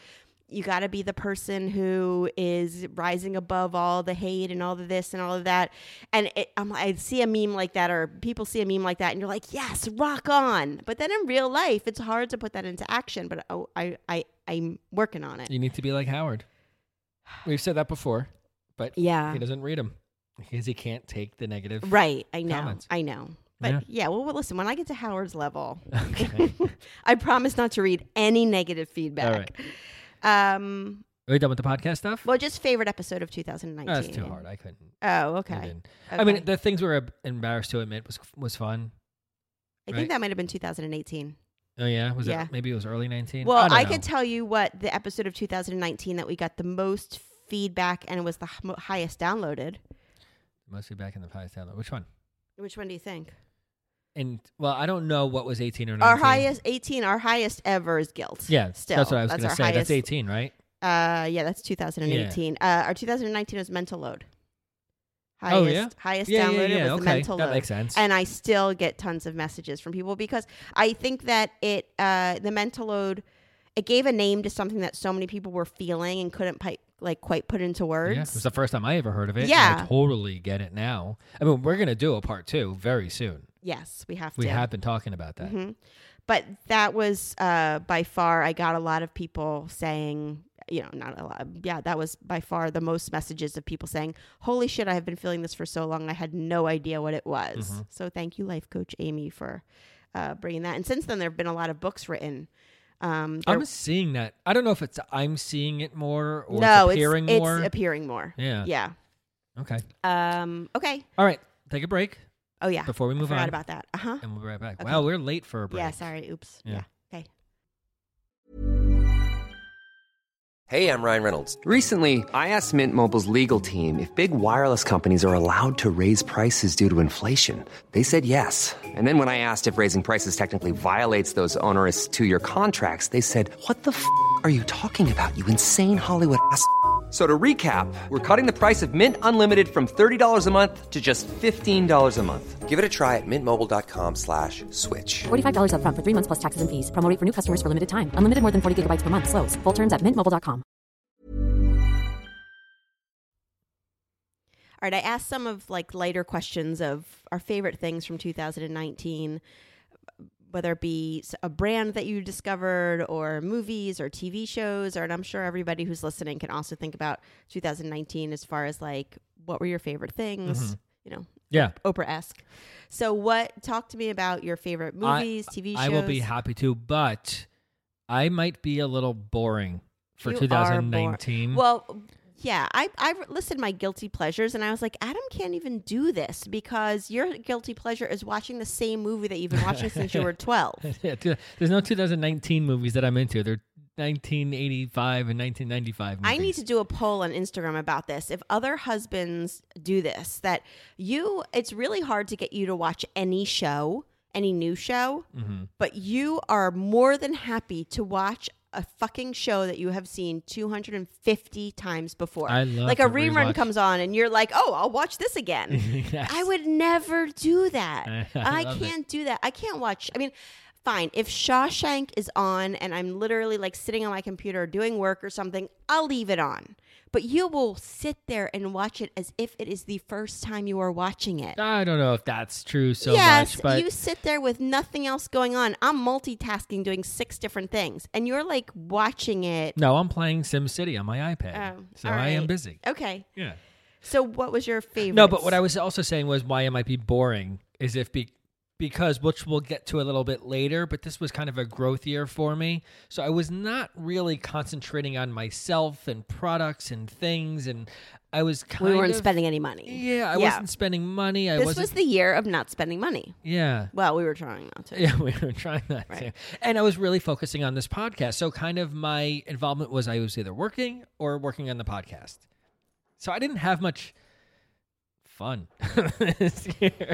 you got to be the person who is rising above all the hate and all of this and all of that. And it, I'm, I see a meme like that, or people see a meme like that, and you're like, yes, rock on. But then in real life, it's hard to put that into action. But oh, I, I, I'm working on it. You need to be like Howard. We've said that before, but Yeah. he doesn't read them because he can't take the negative. Right. I know. comments. I know. But Yeah. yeah. well, well, listen, when I get to Howard's level, Okay. I promise not to read any negative All feedback. right. Um, Are we done with the podcast stuff? Well, just favorite episode of No, 2019. that's too hard. I couldn't. Oh, I okay. didn't. I mean, Okay. the things we were embarrassed to admit was was fun. I right. think that might have been 2018. Oh yeah, was Yeah. it? Maybe it was early nineteen. Well, I, I, could tell you what the episode of 2019 that we got the most feedback and was the h- mo- highest downloaded. mostly back in the highest download. Which one? Which one do you think? And well, I don't know what was eighteen or nineteen. Our highest 18, our highest ever is guilt. Yeah, still that's what I was that's gonna our say. That's highest- eighteen, right? Uh, yeah, that's 2018. Uh, our 2019 was mental load. Highest, Oh, yeah? highest yeah, yeah, downloaded yeah. was the okay, mental that load. makes sense. and I still get tons of messages from people because I think that it uh, the mental load it gave a name to something that so many people were feeling and couldn't pi- like quite put into words. Yeah, it was the first time I ever heard of it. and I Yeah. totally get it now. I mean, we're gonna do a part two very soon. yes, we have to. We have been talking about that. Mhm. But that was uh, by far. I got a lot of people saying, you know, not a lot. Yeah, that was by far the most messages of people saying, "Holy shit, I have been feeling this for so long. I had no idea what it was." Mhm. So thank you, life coach Amy, for uh, bringing that. And since then, there have been a lot of books written. Um, there- I'm seeing that. I don't know if it's I'm seeing it more or no, it's appearing it's, more. appearing more. yeah. Yeah. Okay. Um. Okay. All right. Take a break Oh yeah. before we move Forgot on, about that. Uh huh. and we'll be right back. Okay. Wow, we're late for a break. Yeah. Sorry. Oops. Yeah. Yeah. Okay. Hey, I'm Ryan Reynolds. Recently, I asked Mint Mobile's legal team if big wireless companies are allowed to raise prices due to inflation. They said yes. And then when I asked if raising prices technically violates those onerous two year contracts, they said, What the f are you talking about, you insane Hollywood ass? f- So to recap, we're cutting the price of Mint Unlimited from $30 a month to just $15 a month. Give it a try at mintmobile.com slash switch. $45 up front for three months plus taxes and fees. Promo rate for new customers for limited time. Unlimited more than 40 gigabytes per month. Slows. Full terms at mintmobile.com. All right, I asked some of like lighter questions of our favorite things from 2019, whether it be s- a brand that you discovered, or movies, or TV shows, or and I'm sure everybody who's listening can also think about 2019 as far as like what were your favorite things, Mm-hmm. you know, Yeah. Oprah esque. So, what talk to me about your favorite I- movies, TV shows? I will be happy to, but I might be a little boring for You are bor- 2019. Well, yeah, I I listed my guilty pleasures, and I was like, Adam can't even do this because your guilty pleasure is watching the same movie that you've been watching since you were twelve. yeah, two- there's no 2019 movies that I'm into. They're 1985 and 1995. Movies. I need to do a poll on Instagram about this. If other husbands do this, that you, it's really hard to get you to watch any show, any new show, Mm-hmm. but you are more than happy to watch a fucking show that you have seen 250 times before. I love like a to rerun rewatch. comes on and you're like, "Oh, I'll watch this again." Yes. I would never do that. I I, love it. can't do that. I can't watch. I mean, fine. If Shawshank is on and I'm literally like sitting on my computer doing work or something, I'll leave it on. But you will sit there and watch it as if it is the first time you are watching it. I don't know if that's true so yes, much, but you sit there with nothing else going on. I'm multitasking doing six different things and you're like watching it. no, I'm playing SimCity on my iPad, Oh, so all I am right. busy. Okay. Yeah. So what was your favorite? No, but what I was also saying was why it might be boring is if be because which we'll get to a little bit later, but this was kind of a growth year for me. So I was not really concentrating on myself and products and things and I was kind we weren't of- spending any money. Yeah, I wasn't spending money. I This wasn't was the year of not spending money. Yeah. Well, we were trying not to. Yeah, we were trying not to. And I was really focusing on this podcast. So kind of my involvement was I was either working or working on the podcast. So I didn't have much fun this year.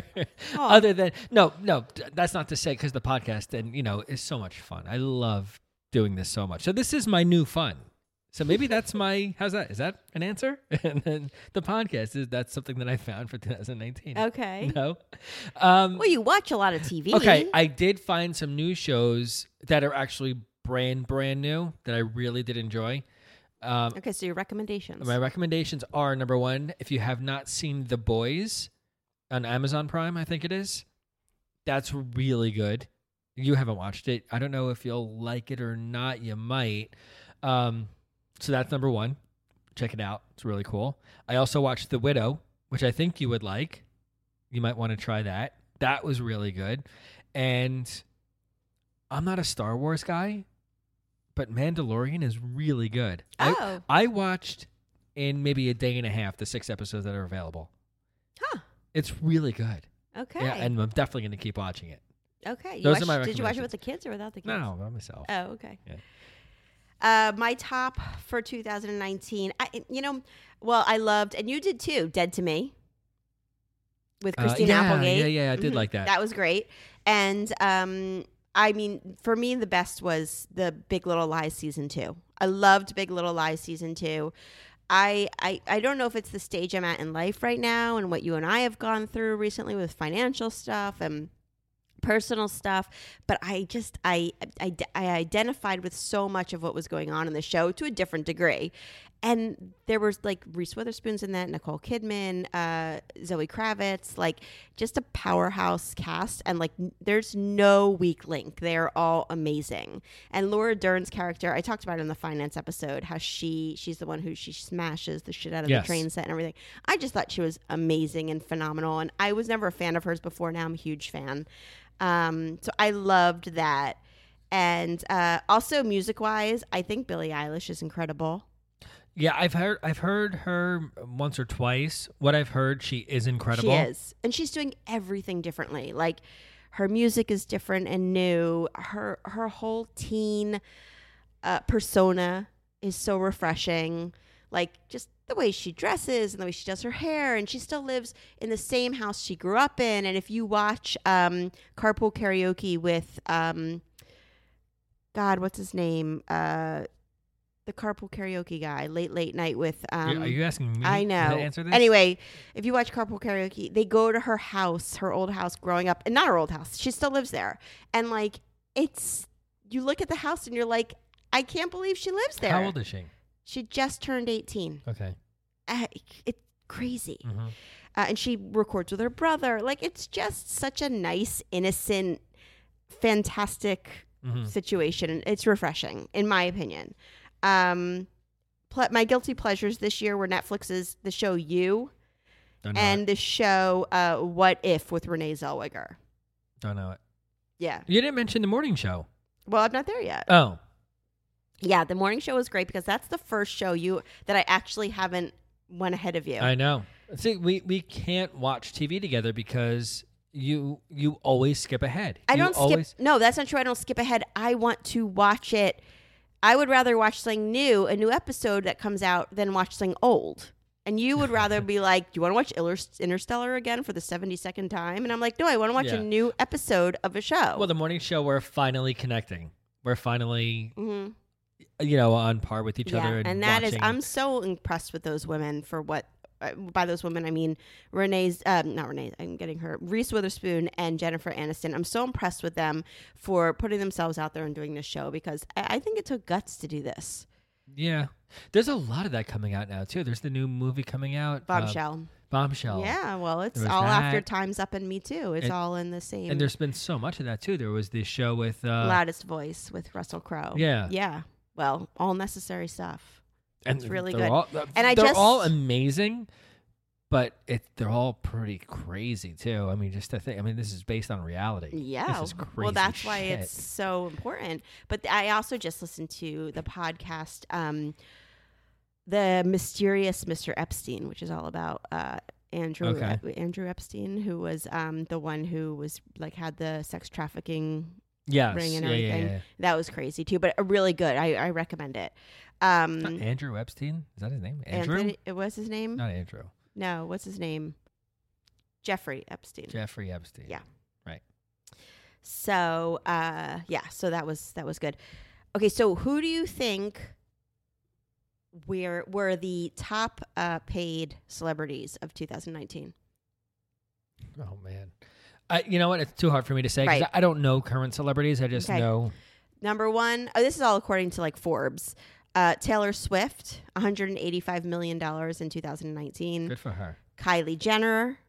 Other than no, no, d- that's not to say because the podcast and you know is so much fun. I love doing this so much. So this is my new fun. So maybe that's my how's that? Is that an answer? And then the podcast is that's something that I found for 2019. Okay. No. Um, Well, you watch a lot of TV. Okay, I did find some new shows that are actually brand brand new that I really did enjoy. Um, okay, so your recommendations. my recommendations are number one, if you have not seen The Boys on Amazon Prime, I think it is, that's really good. You haven't watched it. I don't know if you'll like it or not. You might. Um, so that's number one. Check it out. It's really cool. I also watched The Widow, which I think you would like. You might want to try that. That was really good. And I'm not a Star Wars guy, but Mandalorian is really good. Oh. I, I watched in maybe a day and a half the six episodes that are available. Huh. It's really good. Okay. Yeah, and I'm definitely going to keep watching it. okay. You those are watched- my did you watch recommendations. it with the kids or without the kids? No, by myself. Oh, okay. Yeah. Uh, my top for 2019. I, you know, well, I loved, and you did too. Dead to Me with Uh, Christine yeah, Applegate. yeah, yeah, I did Mhm. like that. That was great. And um, I mean, for me, the best was the Big Little Lies season two. I loved Big Little Lies season two. I, I, I don't know if it's the stage I'm at in life right now and what you and I have gone through recently with financial stuff and personal stuff but i just I, I i identified with so much of what was going on in the show to a different degree and there was like reese witherspoon's in that nicole kidman uh, zoe kravitz like just a powerhouse cast and like n- there's no weak link they're all amazing and laura dern's character i talked about it in the finance episode how she she's the one who she smashes the shit out of Yes. the train set and everything. I just thought she was amazing and phenomenal. And I was never a fan of hers before. Now I'm a huge fan. Um, so I loved that. And uh, also music wise, I think Billie Eilish is incredible. Yeah, I've heard I've heard her once or twice. What I've heard, she is incredible. She is. And she's doing everything differently. Like her music is different and new. Her her whole teen uh, persona is so refreshing. Like just the way she dresses and the way she does her hair and she still lives in the same house she grew up in and if you watch um carpool karaoke with um god what's his name uh the carpool karaoke guy late late night with Y- um Are you asking me I know. to answer this? Anyway, if you watch Carpool Karaoke, they go to her house, her old house growing up, and not her old house. She still lives there. And like, it's, you look at the house and you're like, I can't believe she lives there. How old is she? she just turned 18. Okay. Uh, it's crazy. hmm Uh, and she records with her brother. Like, it's just such a nice, innocent, fantastic hmm situation and it's refreshing in my opinion um ple- my guilty pleasures this year were netflix's the show you Don't know and it. the show uh what if with renee zellweger Don't know it. yeah You didn't mention the morning show. well i'm not there yet Oh, yeah the morning show was great because that's the first show you that i actually haven't went ahead of you I know. See, we we can't watch TV together because you you always skip ahead. I You don't skip. always, No, that's not true. I don't skip ahead. I want to watch it. I would rather watch something new, a new episode that comes out, than watch something old. And you would rather be like, "Do you want to watch Iller- Interstellar again for the seventy-second time?" And I'm like, "No, I want to watch Yeah. a new episode of a show." Well, the morning show we're finally connecting. We're finally hmm you know on par with each yeah, other, and, and, that is, watching- I'm so impressed with those women for what. uh, By those women, I mean Renee's, um, not Renee. I'm getting her Reese Witherspoon and Jennifer Aniston. I'm so impressed with them for putting themselves out there and doing this show because I, I think it took guts to do this. yeah. There's a lot of that coming out now too. There's the new movie coming out, uh, Bombshell. Bombshell. yeah, well, it's There was all after that. Time's Up and Me Too. It's And- all in the same And there's been so much of that too. There was this show with uh, loudest voice with Russell Crowe. Yeah. yeah. Well, all necessary stuff. and It's really they're good. all- uh, And I they're just- all amazing, but it, they're all pretty crazy too. I mean, just to think. I mean, this is based on reality. Yeah. this is crazy. well, that's why shit. it's so important. But th- I also just listened to the podcast, um, the mysterious Mr. Epstein, which is all about uh, Andrew Okay. Ep- Andrew Epstein, who was um, the one who was like had the sex trafficking yes. ring and yeah, yeah, everything. yeah. That was crazy too, but uh, really good. I, I recommend it. It's not Um, Andrew Epstein? Is that his name? Uh, Andrew? Anthony, it was his name. No. Not Andrew. what's his name? Jeffrey Epstein. Jeffrey Epstein. Yeah. Right. So uh, yeah, so that was that was good. Okay, so who do you think were were the top uh, paid celebrities of 2019? Oh man. I, you know what? It's too hard for me to say 'cause Right. I, I don't know current celebrities. I just Okay. know. Number one, oh, this is all according to like Forbes. Uh, Taylor Swift, 185 million dollars in 2019. Good for her. Kylie Jenner,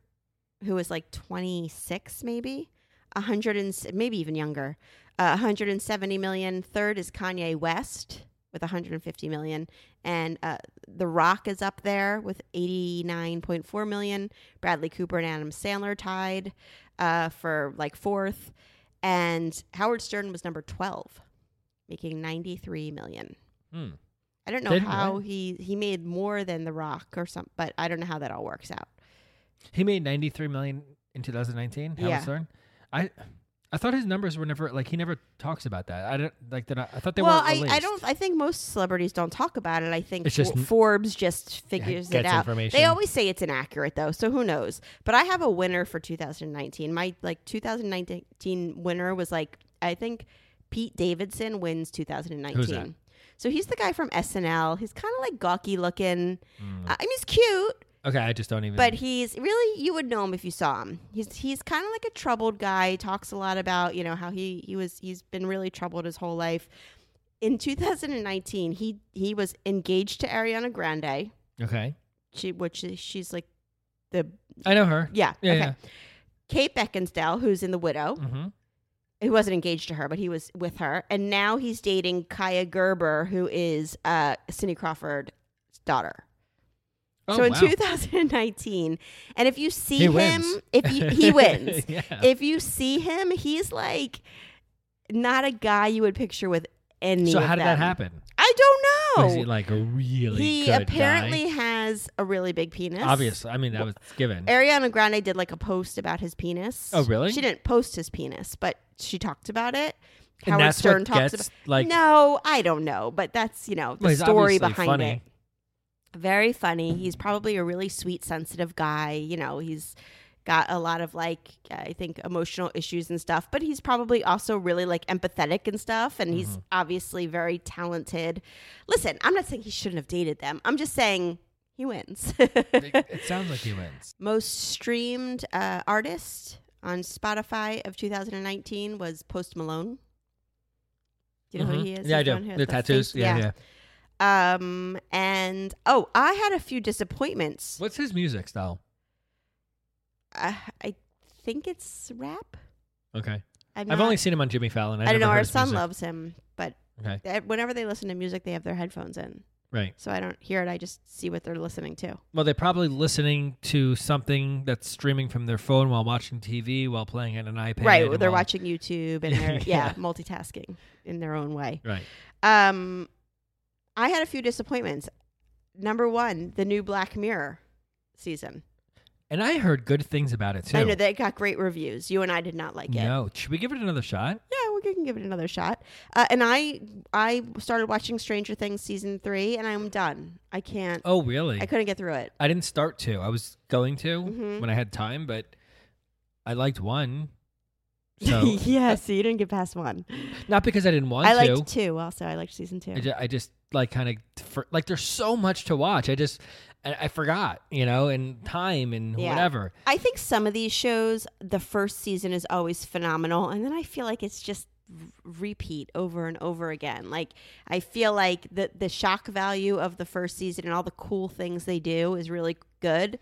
who was like 26 maybe, 100 and s- maybe even younger, uh, 170 million. Third is Kanye West with 150 million, and uh, The Rock is up there with 89.4 million. Bradley Cooper and Adam Sandler tied uh, for like fourth, and Howard Stern was number 12. making 93 million. Hmm. I don't know Didn't how what? he he made more than The Rock or something, but I don't know how that all works out. He made 93 million in 2019. Howard Yeah. Stern. I I thought his numbers were never like he never talks about that. I don't like that. I thought they well, weren't I, released. I don't. I think most celebrities don't talk about it. I think It's just- Fo- Forbes just figures it gets out. information. They always say it's inaccurate though, so who knows? But I have a winner for 2019. My like 2019 winner was like I think Pete Davidson wins 2019. Who's that? So he's the guy from SNL. He's kind of like gawky looking. Hmm. Uh, I mean, he's cute. Okay, I just don't even. But he's really you would know him if you saw him. He's he's kind of like a troubled guy. He talks a lot about, you know, how he he was he's been really troubled his whole life. In 2019, he he was engaged to Ariana Grande, okay, she which is- she's like the I know her. yeah, yeah, okay. Kate Beckinsdale, who's in The Widow. yeah. hmm He wasn't engaged to her, but he was with her. And now he's dating Kaya Gerber, who is uh Cindy Crawford's daughter. Oh, so in wow. 2019, and if you see He him, wins. if you, he wins, Yeah. if you see him, he's like not a guy you would picture with any. so of how did them. that happen? I don't know. Was he like a really Oh, He good apparently guy? has a really big penis. Obviously, I mean that was given. Ariana Grande did like a post about his penis. Oh, really? She didn't post his penis, but she talked about it. And Howard that's Stern what talks gets, about like- No, I don't know, but that's you know the Well, he's story obviously behind funny. it. Very funny. He's probably a really sweet, sensitive guy. You know, he's got a lot of like I think emotional issues and stuff, but he's probably also really like empathetic and stuff. And Mm-hmm. he's obviously very talented. Listen, I'm not saying he shouldn't have dated them. I'm just saying he wins. it, it sounds like he wins. Most streamed uh, artist on Spotify of 2019 was Post Malone. Do you know who Mhm. he is? Yeah, I He's do. one who The, has tattoos. fake- Yeah, yeah, Um, and oh, I had a few disappointments. What's his music style? Uh, I think it's rap. Okay, I'm I've not- only seen him on Jimmy Fallon. I, I don't know. never heard Our his son music. loves him, but Okay, uh, whenever they listen to music, they have their headphones in, right. so I don't hear it. I just see what they're listening to. Well, they're probably listening to something that's streaming from their phone while watching TV, while playing on an iPad. right, and they're while- watching YouTube and they're Yeah. yeah multitasking in their own way. Right. Um, I had a few disappointments. Number one, the new Black Mirror season. And I heard good things about it too. I know that it got great reviews. You and I did not like it. No, should we give it another shot? Yeah, we can give it another shot. Uh, and I, I started watching Stranger Things season three, and I'm done. I can't. Oh, really? I couldn't get through it. I didn't start to. I was going to Mhm. when I had time, but I liked one. So uh, yeah, so you didn't get past one. not because I didn't want I to. liked two also. I liked season two. I just, I just like kind of for, like there's so much to watch. I just I, I forgot, you know, and time and Yeah. whatever. I think some of these shows, the first season is always phenomenal, and then I feel like it's just r- repeat over and over again. Like I feel like the the shock value of the first season and all the cool things they do is really good,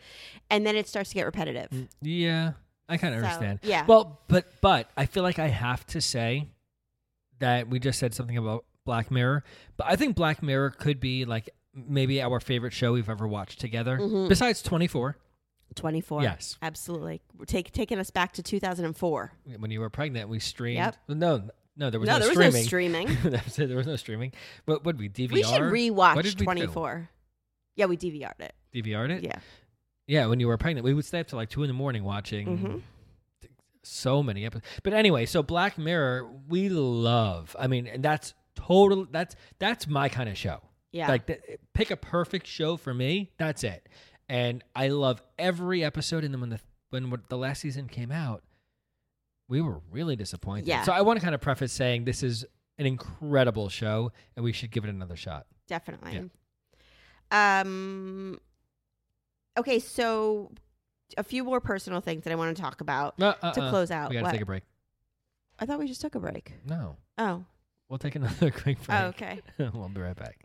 and then it starts to get repetitive. Yeah, Mm, I kind of So, understand. yeah. Well, but but I feel like I have to say that we just said something about Black Mirror, but I think Black Mirror could be like maybe our favorite show we've ever watched together, besides Twenty Four. Twenty Mm-hmm. four. Yes. absolutely. Take taking us back to two thousand and four. when you were pregnant, we streamed. Yep. No, no, there was No, no, there was no streaming. streaming. That's it, there was no streaming. But would we DVR? We should What did rewatch we Eh. do? twenty four. Yeah, we DVR'd it. DVR'd it. Yeah. Yeah, when you were pregnant, we would stay up till like two in the morning watching Mm-hmm. so many episodes. But anyway, so Black Mirror, we love. I mean, and that's total. That's that's my kind of show. Yeah. like th- pick a perfect show for me. That's it. And I love every episode. And then when the when the last season came out, we were really disappointed. Yeah. So I want to kind of preface saying this is an incredible show, and we should give it another shot. definitely. Um. Okay, so a few more personal things that I want to talk about. Uh, uh, To uh, close out, we gotta what? take a break. I thought we just took a break. No, Oh, we'll take another quick break. oh okay. we'll be right back.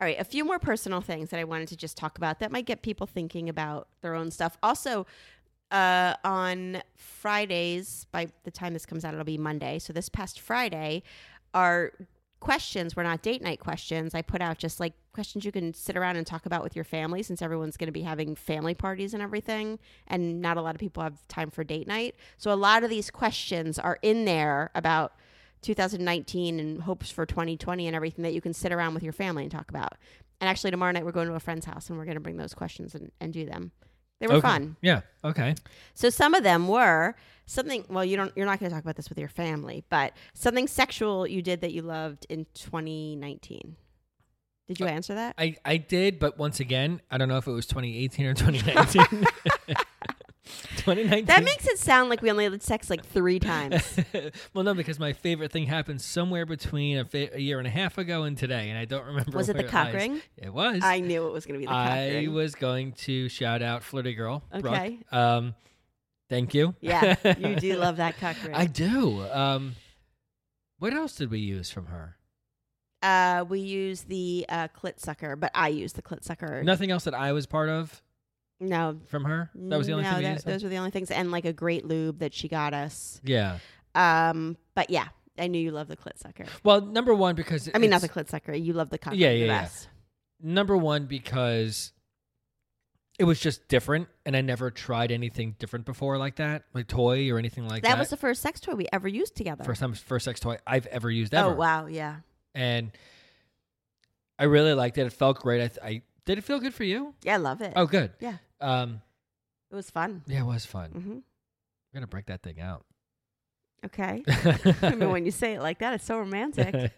All right, a few more personal things that I wanted to just talk about that might get people thinking about their own stuff. Also, uh, on Fridays, by the time this comes out, it'll be Monday. So this past Friday, our questions were not date night questions. I put out just like questions you can sit around and talk about with your family since everyone's going to be having family parties and everything. And not a lot of people have time for date night. So a lot of these questions are in there about 2019 and hopes for 2020 and everything that you can sit around with your family and talk about. And actually, tomorrow night we're going to a friend's house and we're going to bring those questions and, and do them. They were okay. fun. Yeah. Okay. So some of them were something. Well, you don't. You're not going to talk about this with your family, but something sexual you did that you loved in 2019. Did you answer that? Uh, I, I did, but once again, I don't know if it was 2018 or 2019. 2019. that makes it sound like we only had sex like three times. well, no, because my favorite thing happened somewhere between a, fa- a year and a half ago and today, and I don't remember. Was it where the cock lies. ring? It was. I knew it was going to be the cock I ring. was going to shout out Flirty Girl. Brooke. Okay. Um, thank you. yeah, you do love that cock ring. I do. Um, what else did we use from her? Uh, we use the uh, clit sucker, but I use the clit sucker. Nothing else that I was part of No, from her. That was the only no, thing. we that- used? those were the only things, and like a great lube that she got us. yeah. Um, but yeah, I knew you love the clit sucker. Well, number one because I mean, not it's- the clit sucker. You love the cock. Yeah, ring the yeah, yeah. best. number one because it was just different and i never tried anything different before like that like toy or anything like that that was the first sex toy we ever used together. first time first sex toy i've ever used ever Oh wow, yeah. and i really liked it it felt great i, th- I did it feel good for you Yeah, I love it. oh good Yeah, um it was fun. yeah it was fun hmm we're gonna break that thing out Okay. I mean, when you say it like that, it's so romantic.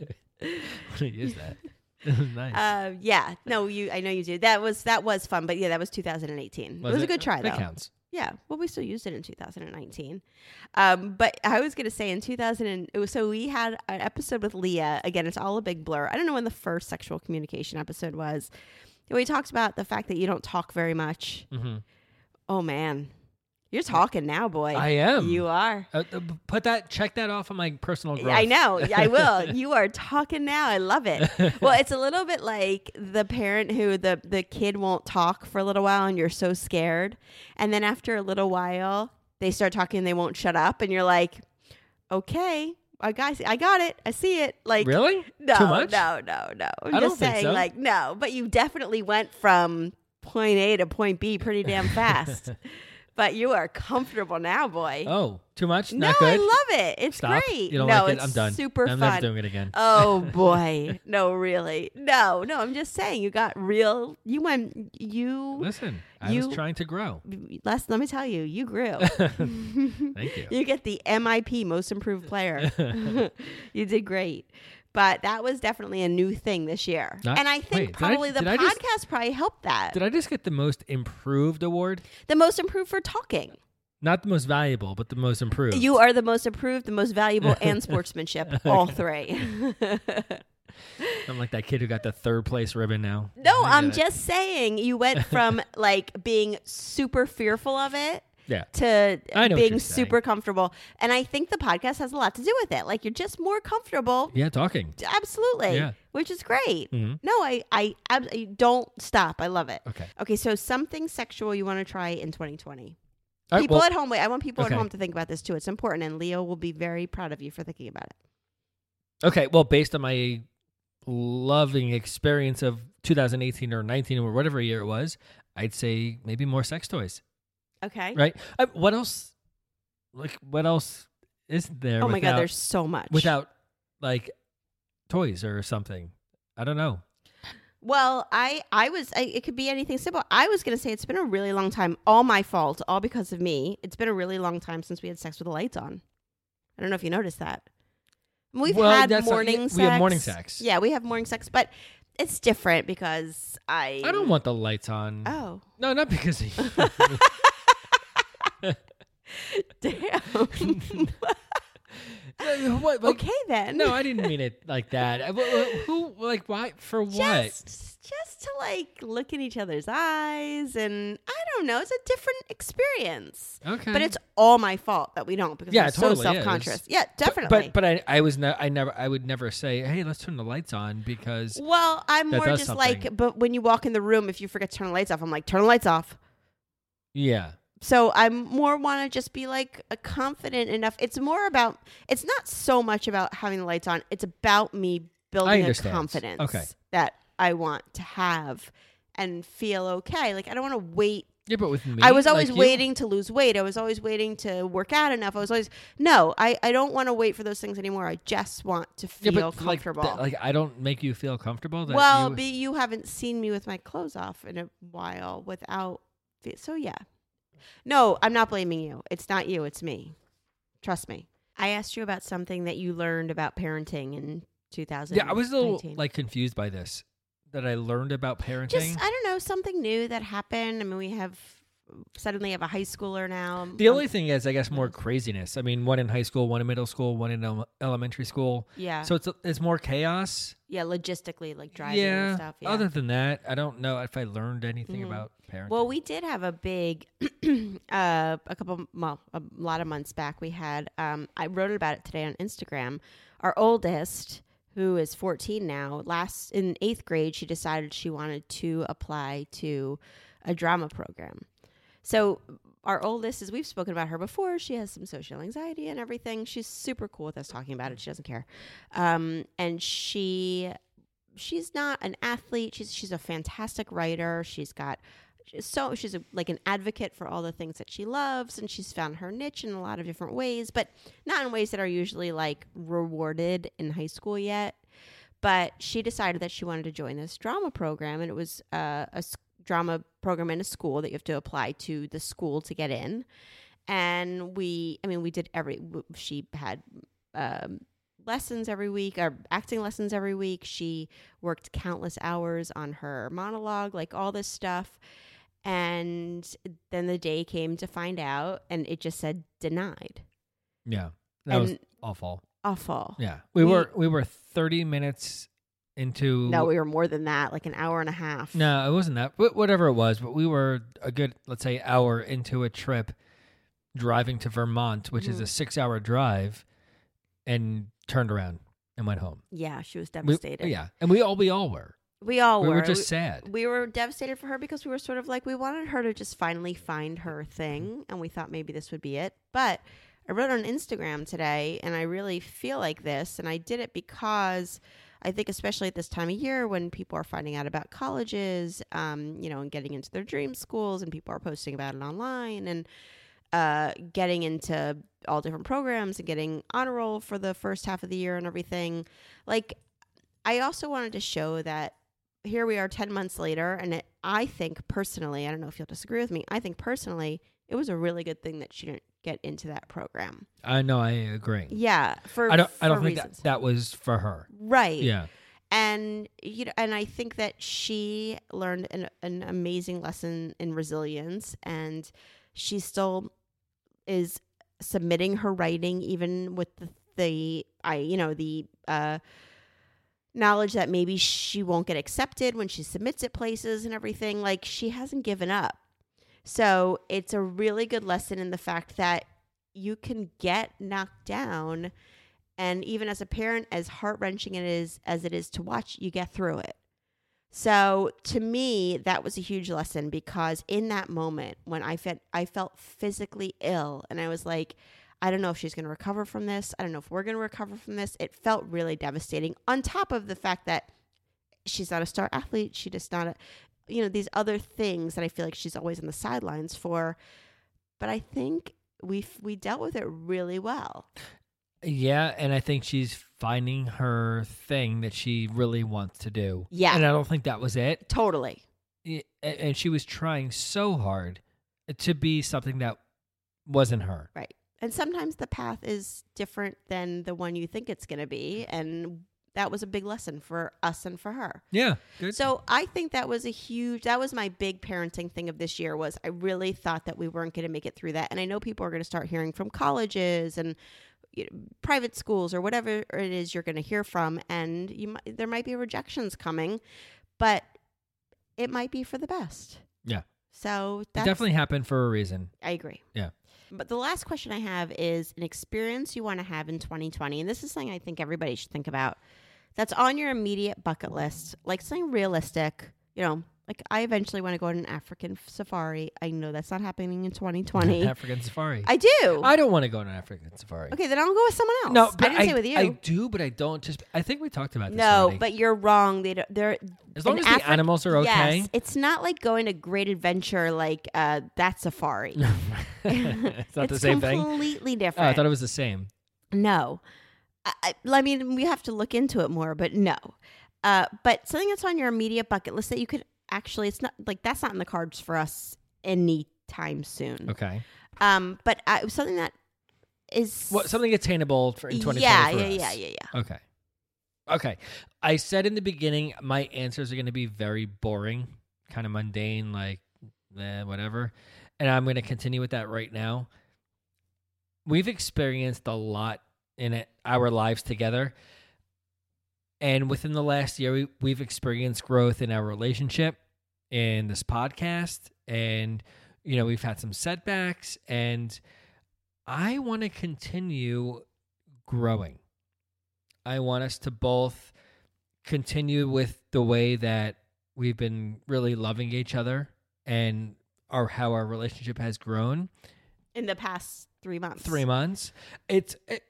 use that It was nice Uh, yeah, no, you. I know you did. That was that was fun, but yeah, that was 2018. it was a good try that though. counts Yeah, well, we still used it in 2019. Um, but I was going to say in 2000, and it was, so we had an episode with Leah. Again, it's all a big blur. I don't know when the first sexual communication episode was. We talked about the fact that you don't talk very much. mm-hmm. Oh man, you're talking now, boy. I am. You are. uh, uh, b- put that check that off on my personal growth. I know. I will. You are talking now. I love it. Well, it's a little bit like the parent who the the kid won't talk for a little while and you're so scared. And then after a little while, they start talking and they won't shut up and you're like, "Okay, I got I got it. I see it." Like really No, too much no, no, no. I'm I don't just think saying so. like no, but you definitely went from point A to point B pretty damn fast. but you are comfortable now, boy. Oh, too much? No, Not good? I love it. It's Stop. great. You don't no, like it? it's I'm done. Super I'm fun. never doing it again. Oh boy. no, really. No, no. I'm just saying. You got real. You went. You. Listen, I You- was trying to grow. Les, let me tell you, you grew. Thank you. you get the MIP, Most Improved Player. you did great. But that was definitely a new thing this year, Not- and I think wait, did I- probably the did I podcast just- probably helped that. Did I just get the most improved award? the most improved for talking. Not the most valuable, but the most improved. You are the most improved, the most valuable, and sportsmanship. All three. I'm like that kid who got the third place ribbon now. No, I I'm get it. just saying you went from like being super fearful of it Yeah. to I know what being you're saying. super comfortable. And I think the podcast has a lot to do with it. Like you're just more comfortable. Yeah, talking. Absolutely. Yeah. Which is great. Mhm. No, I, I, ab- I don't stop. I love it. Okay. Okay. So something sexual you want to try in 2020. All right, people well, at home, wait, I want people okay. at home to think about this too. It's important. And Leo will be very proud of you for thinking about it. okay, well, based on my loving experience of 2018 or 19 or whatever year it was, I'd say maybe more sex toys, Okay. right? I, what else? Like, what else is there? Oh my God. without- There's so much. without like toys or something. I don't know. Well, I I was I, it could be anything simple. I was going to say it's been a really long time, all my fault, all because of me. It's been a really long time since we had sex with the lights on. I don't know if you noticed that. I mean, We've Well, had that's not- yeah, morning sex. we have morning sex. Yeah, we have morning sex, but it's different because I. I don't want the lights on. Oh No, not because of you. damn. No, what, like- okay then. No, I didn't mean it like that. I- wh- wh- Who, like, why? For what? Just, just to like look in each other's eyes, and I don't know. It's a different experience. okay. But it's all my fault that we don't because Mm. Yeah, I'm it totally so is. self conscious. Yeah, But- definitely. But but I I was ne- I never I would never say hey let's turn the lights on because well, I'm That more does just something. like, but when you walk in the room, if you forget to turn the lights off, I'm like, turn the lights off. yeah So I'm more want to just be like a confident enough. It's more about. It's not so much about having the lights on. It's about me building a understand. confidence Okay. that I want to have and feel okay. Like I don't want to wait yeah but with me I was always like you- waiting to lose weight. I was always waiting to work out enough. I was always no. I, I don't want to wait for those things anymore. I just want to yeah, feel but like, comfortable. that- like I don't make you feel comfortable that well, you, but you haven't seen me with my clothes off in a while without. fe- So yeah, no, I'm not blaming you. It's not you. It's me. Trust me. I asked you about something that you learned about parenting in 2000. yeah I was a little like confused by this that I learned about parenting just I don't know something new that happened. I mean, we have suddenly have a high schooler now. the only thing is I guess more mm-hmm. craziness I mean one in high school one in middle school one in ele- elementary school yeah. so it's it's more chaos Yeah, logistically, like driving yeah. and stuff. Yeah. Mm-hmm. other than that I don't know if I learned anything about parenting well, we did have a big, uh, a couple, well, a lot of months back, we had, um, I wrote about it today on Instagram. Our oldest, who is 14 now, last in eighth grade, she decided she wanted to apply to a drama program. So our oldest, as we've spoken about her before, she has some social anxiety and everything. She's super cool with us talking about it. She doesn't care. Um, and she she's not an athlete. She's she's a fantastic writer. She's got she's so she's a, like an advocate for all the things that she loves, and she's found her niche in a lot of different ways, but not in ways that are usually like rewarded in high school yet. But she decided that she wanted to join this drama program, and it was uh, a s- drama program in a school that you have to apply to the school to get in. And we, I mean, we did every. w- She had um, lessons every week or acting lessons every week. She worked countless hours on her monologue, like all this stuff. And then the day came to find out, and it just said denied. yeah that was and- awful Awful. Yeah, we, We- were we were thirty minutes into. No, we were more than that, like an hour and a half. No, it wasn't that. But whatever it was, but we were a good, let's say, hour into a trip, driving to Vermont, which Mm. is a six-hour drive, and turned around and went home. Yeah, she was We- devastated. yeah, and we all we all were. We all we were. were just We- sad. We were devastated for her because we were sort of like, we wanted her to just finally find her thing. And we thought maybe this would be it. But I wrote on Instagram today, and I really feel like this. And I did it because I think, especially at this time of year when people are finding out about colleges, um, you know, and getting into their dream schools, and people are posting about it online. And uh, getting into all different programs and getting honor roll for the first half of the year and everything. Like, I also wanted to show that here we are 10 months later, and it, I think personally, I don't know if you'll disagree with me, I think personally, it was a really good thing that she didn't get into that program. I know. I agree. Yeah. For, I don't. I don't for think reasons. that that was for her. Right Yeah. and you know and i think that she learned an, an amazing lesson in resilience and she still is submitting her writing even with the, the i you know the uh knowledge that maybe she won't get accepted when she submits it places and everything like she hasn't given up so it's a really good lesson in the fact that you can get knocked down and even as a parent as heart-wrenching it is as it is to watch you get through it so to me that was a huge lesson because in that moment when i felt i felt physically ill and i was like i don't know if she's going to recover from this i don't know if we're going to recover from this it felt really devastating on top of the fact that she's not a star athlete she just not a you know these other things that i feel like she's always on the sidelines for but i think we f- we dealt with it really well Yeah, and I think she's finding her thing that she really wants to do. Yeah. and I don't think that was it. totally y- a- and she was trying so hard uh, to be something that wasn't her. Right. And sometimes the path is different than the one you think it's going to be. And that was a big lesson for us and for her. Yeah. Good. So I think that was a huge that was my big parenting thing of this year was I really thought that we weren't going to make it through that and I know people are going to start hearing from colleges and you know, private schools or whatever it is you're going to hear from and you might, there might be rejections coming but it might be for the best. yeah. So It that's, definitely happened for a reason. I agree. Yeah. But the last question I have is an experience you want to have in 2020. And this is something I think everybody should think about that's on your immediate bucket list, like something realistic. You know, like I eventually want to go on an African safari. I know that's not happening in 2020. African safari. I do. I don't want to go on an African safari. okay, then I'll go with someone else. No, I but didn't say with you. I do, but I don't. Just I think we talked about this. no, already. but you're wrong. They don't, they're As long an as the animals are okay. Yes, it's not like going to Great Adventure like uh, that safari. it's not the It's same thing. Completely Oh, different. I thought it was the same. No. I, I I mean, we have to look into it more, but no. Uh, but something that's on your immediate bucket list that you could actually, it's not like that's not in the cards for us anytime soon. Okay. Um, but uh, something that is What something attainable for in 2020 Yeah, for yeah, us. yeah, yeah, yeah. Okay. Okay. I said in the beginning my answers are going to be very boring, kind of mundane, like eh, whatever. And I'm going to continue with that right now. We've experienced a lot in it, our lives together. And within the last year, we, we've experienced growth in our relationship, in this podcast. And, you know, we've had some setbacks. And I want to continue growing. I want us to both continue with the way that we've been really loving each other and our how our relationship has grown In the past three months. three months. It's it,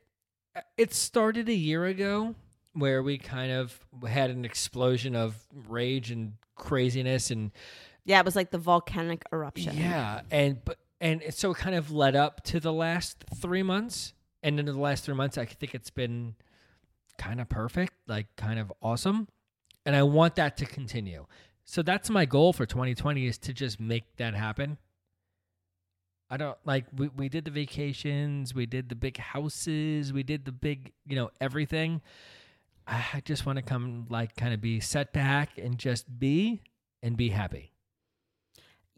it started a year ago where we kind of had an explosion of rage and craziness and Yeah, it was like the volcanic eruption. yeah, and but and it- so it kind of led up to the last three months, and in the last three months, I think it's been kind of perfect, like kind of awesome, and I want that to continue. So that's my goal for 2020 is to just make that happen. I don't like we, we did the vacations, we did the big houses, we did the big, you know, everything. I I just want to come like kind of be set back and just be and be happy.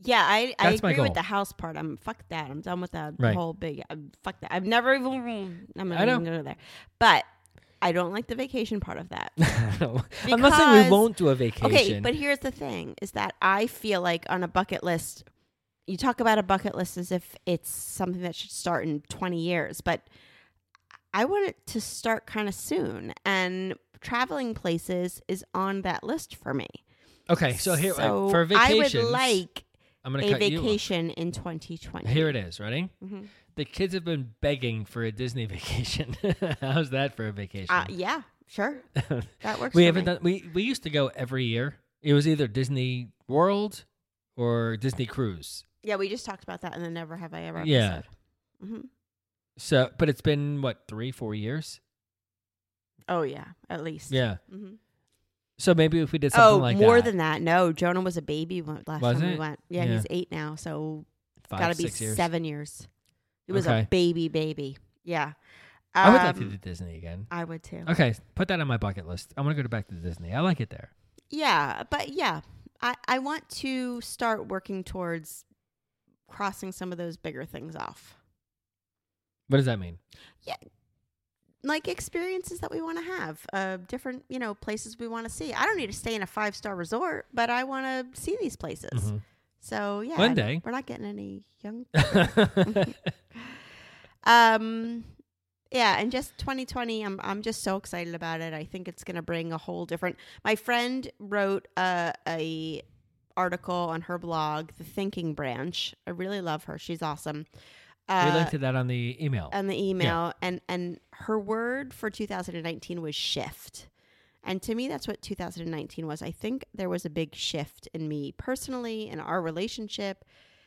Yeah, I, I That's my agree with goal. the house part. I'm fuck that. I'm done with that Right. whole big. I'm, fuck that. I've never even. I'm not I know. even going to there. But I don't like the vacation part of that. I'm not saying we Because- won't do a vacation. Okay, but here's the thing is that I feel like on a bucket list, you talk about a bucket list as if it's something that should start in 20 years, but I want it to start kind of soon. And traveling places is on that list for me. okay, so here So uh, for vacations, I would like I'm gonna a cut you off. vacation in 2020. Here it is. Ready? Mhm. The kids have been begging for a Disney vacation. How's that for a vacation? Uh, yeah, sure. That works. we for haven't me. done. We we used to go every year. It was either Disney World or Disney Cruise. Yeah, we just talked about that in the Never Have I Ever. Yeah. Episode. hmm So, but it's been what three, four years? Oh, yeah, at least. Yeah. hmm So maybe if we did something oh, like more that, than that. No, Jonah was a baby when, last Was time it? we went. Yeah, Yeah. he's eight now, so five, gotta be six years. seven years. He was Okay. a baby, baby. Yeah, I would like to Um, do Disney again. I would too. Okay, put that on my bucket list. I want to go back to Disney. I like it there. Yeah, but yeah, I I want to start working towards crossing some of those bigger things off, What does that mean? like experiences that we want to have, uh, different you know places we want to see. I don't need to stay in a five star resort, but I want to see these places. Mhm. So yeah, One day. we're not getting any young okay. Um yeah, and just 2020, I'm I'm just so excited about it. I think it's going to bring a whole different. My friend wrote a a article on her blog, The Thinking Branch. I really love her. She's awesome. we Uh, linked to that on the email. on the email and and her word for 2019 was shift. And to me that's what 2019 was. I think there was a big shift in me personally in our relationship.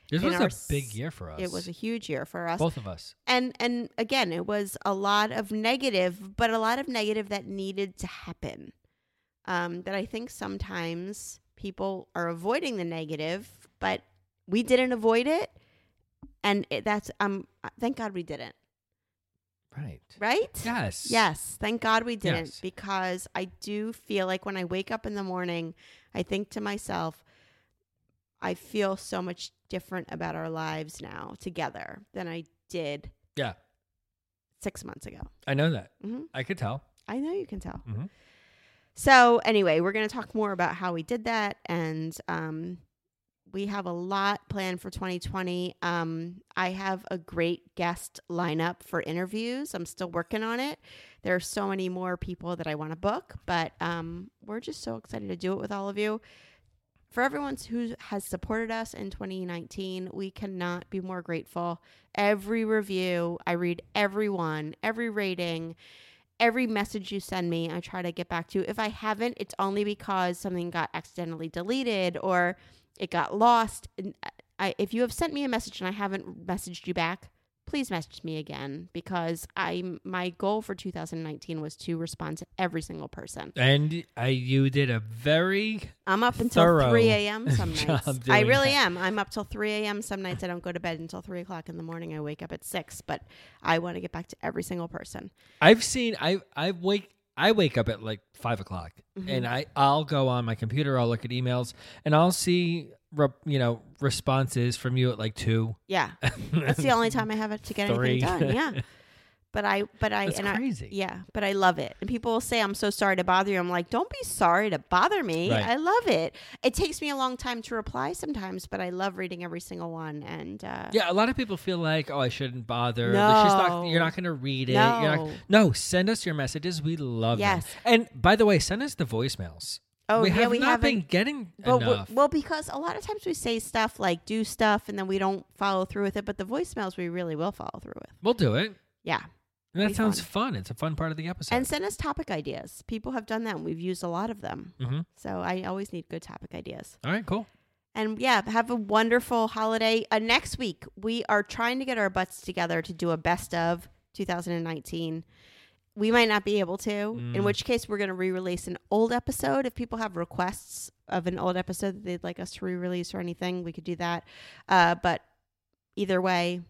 this in was our a s- big year for us. It was a huge year for us. both of us. and and again it was a lot of negative but a lot of negative that needed to happen um that i think sometimes people are avoiding the negative but we didn't avoid it and it, that's um thank god we didn't Right. right? Yes. Yes. Thank God we didn't Yes. because I do feel like when I wake up in the morning, I think to myself, I feel so much different about our lives now together than I did Yeah. six months ago. I know that. hmm I could tell. I know you can tell. Mhm. So, anyway, we're going to talk more about how we did that. And um, we have a lot planned for 2020. Um, I have a great guest lineup for interviews. I'm still working on it. There are so many more people that I want to book, but um, we're just so excited to do it with all of you. For everyone who has supported us in 2019, we cannot be more grateful. Every review, I read every one, every rating, every message you send me, I try to get back to. If I haven't, it's only because something got accidentally deleted or it got lost. And I, if you have sent me a message and I haven't messaged you back, please message me again because I my goal for 2019 was to respond to every single person. And I, you did a very I'm up until Thorough 3 a.m. some job nights. doing I really that. am. I'm up till 3 a.m. some nights. I don't go to bed until 3 o'clock in the morning. I wake up at 6, but I want to get back to every single person. I've seen I I wake I wake up at like five o'clock Mm-hmm. and I I'll go on my computer I'll look at emails and I'll see re, you know responses from you at like two. Yeah. That's the only time I have it to get Three. anything done. Yeah. But I, but I, That's and crazy. I, yeah, but I love it. And people will say, I'm so sorry to bother you. I'm like, don't be sorry to bother me. Right. I love it. It takes me a long time to reply sometimes, but I love reading every single one. And, uh, Yeah, a lot of people feel like oh I shouldn't bother. Like, she's not- No. you're not going to read it. You're not, No. no, send us your messages. We love them. Yes. And by the way, send us the voicemails. Oh, we yeah, have we not been haven't- getting But we- enough. well, because a lot of times we say stuff like do stuff and then we don't follow through with it, but the voicemails we really will follow through with. we'll do it. Yeah. And that be sounds fun. It's a fun part of the episode. And send us topic ideas. People have done that and we've used a lot of them. Mhm. So I always need good topic ideas. All right, cool. And yeah, have a wonderful holiday. Uh, next week, we are trying to get our butts together to do a best of 2019. We might not be able to, in which case, we're going to re release an old episode. If people have requests of an old episode that they'd like us to re release or anything, we could do that. Uh, but either way,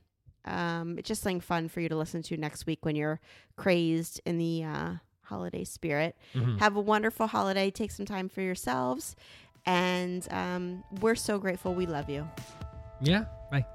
um, it's just something fun for you to listen to next week when you're crazed in the uh, holiday spirit. Have a wonderful holiday. Take some time for yourselves. And um, we're so grateful. We love you. Yeah. Bye.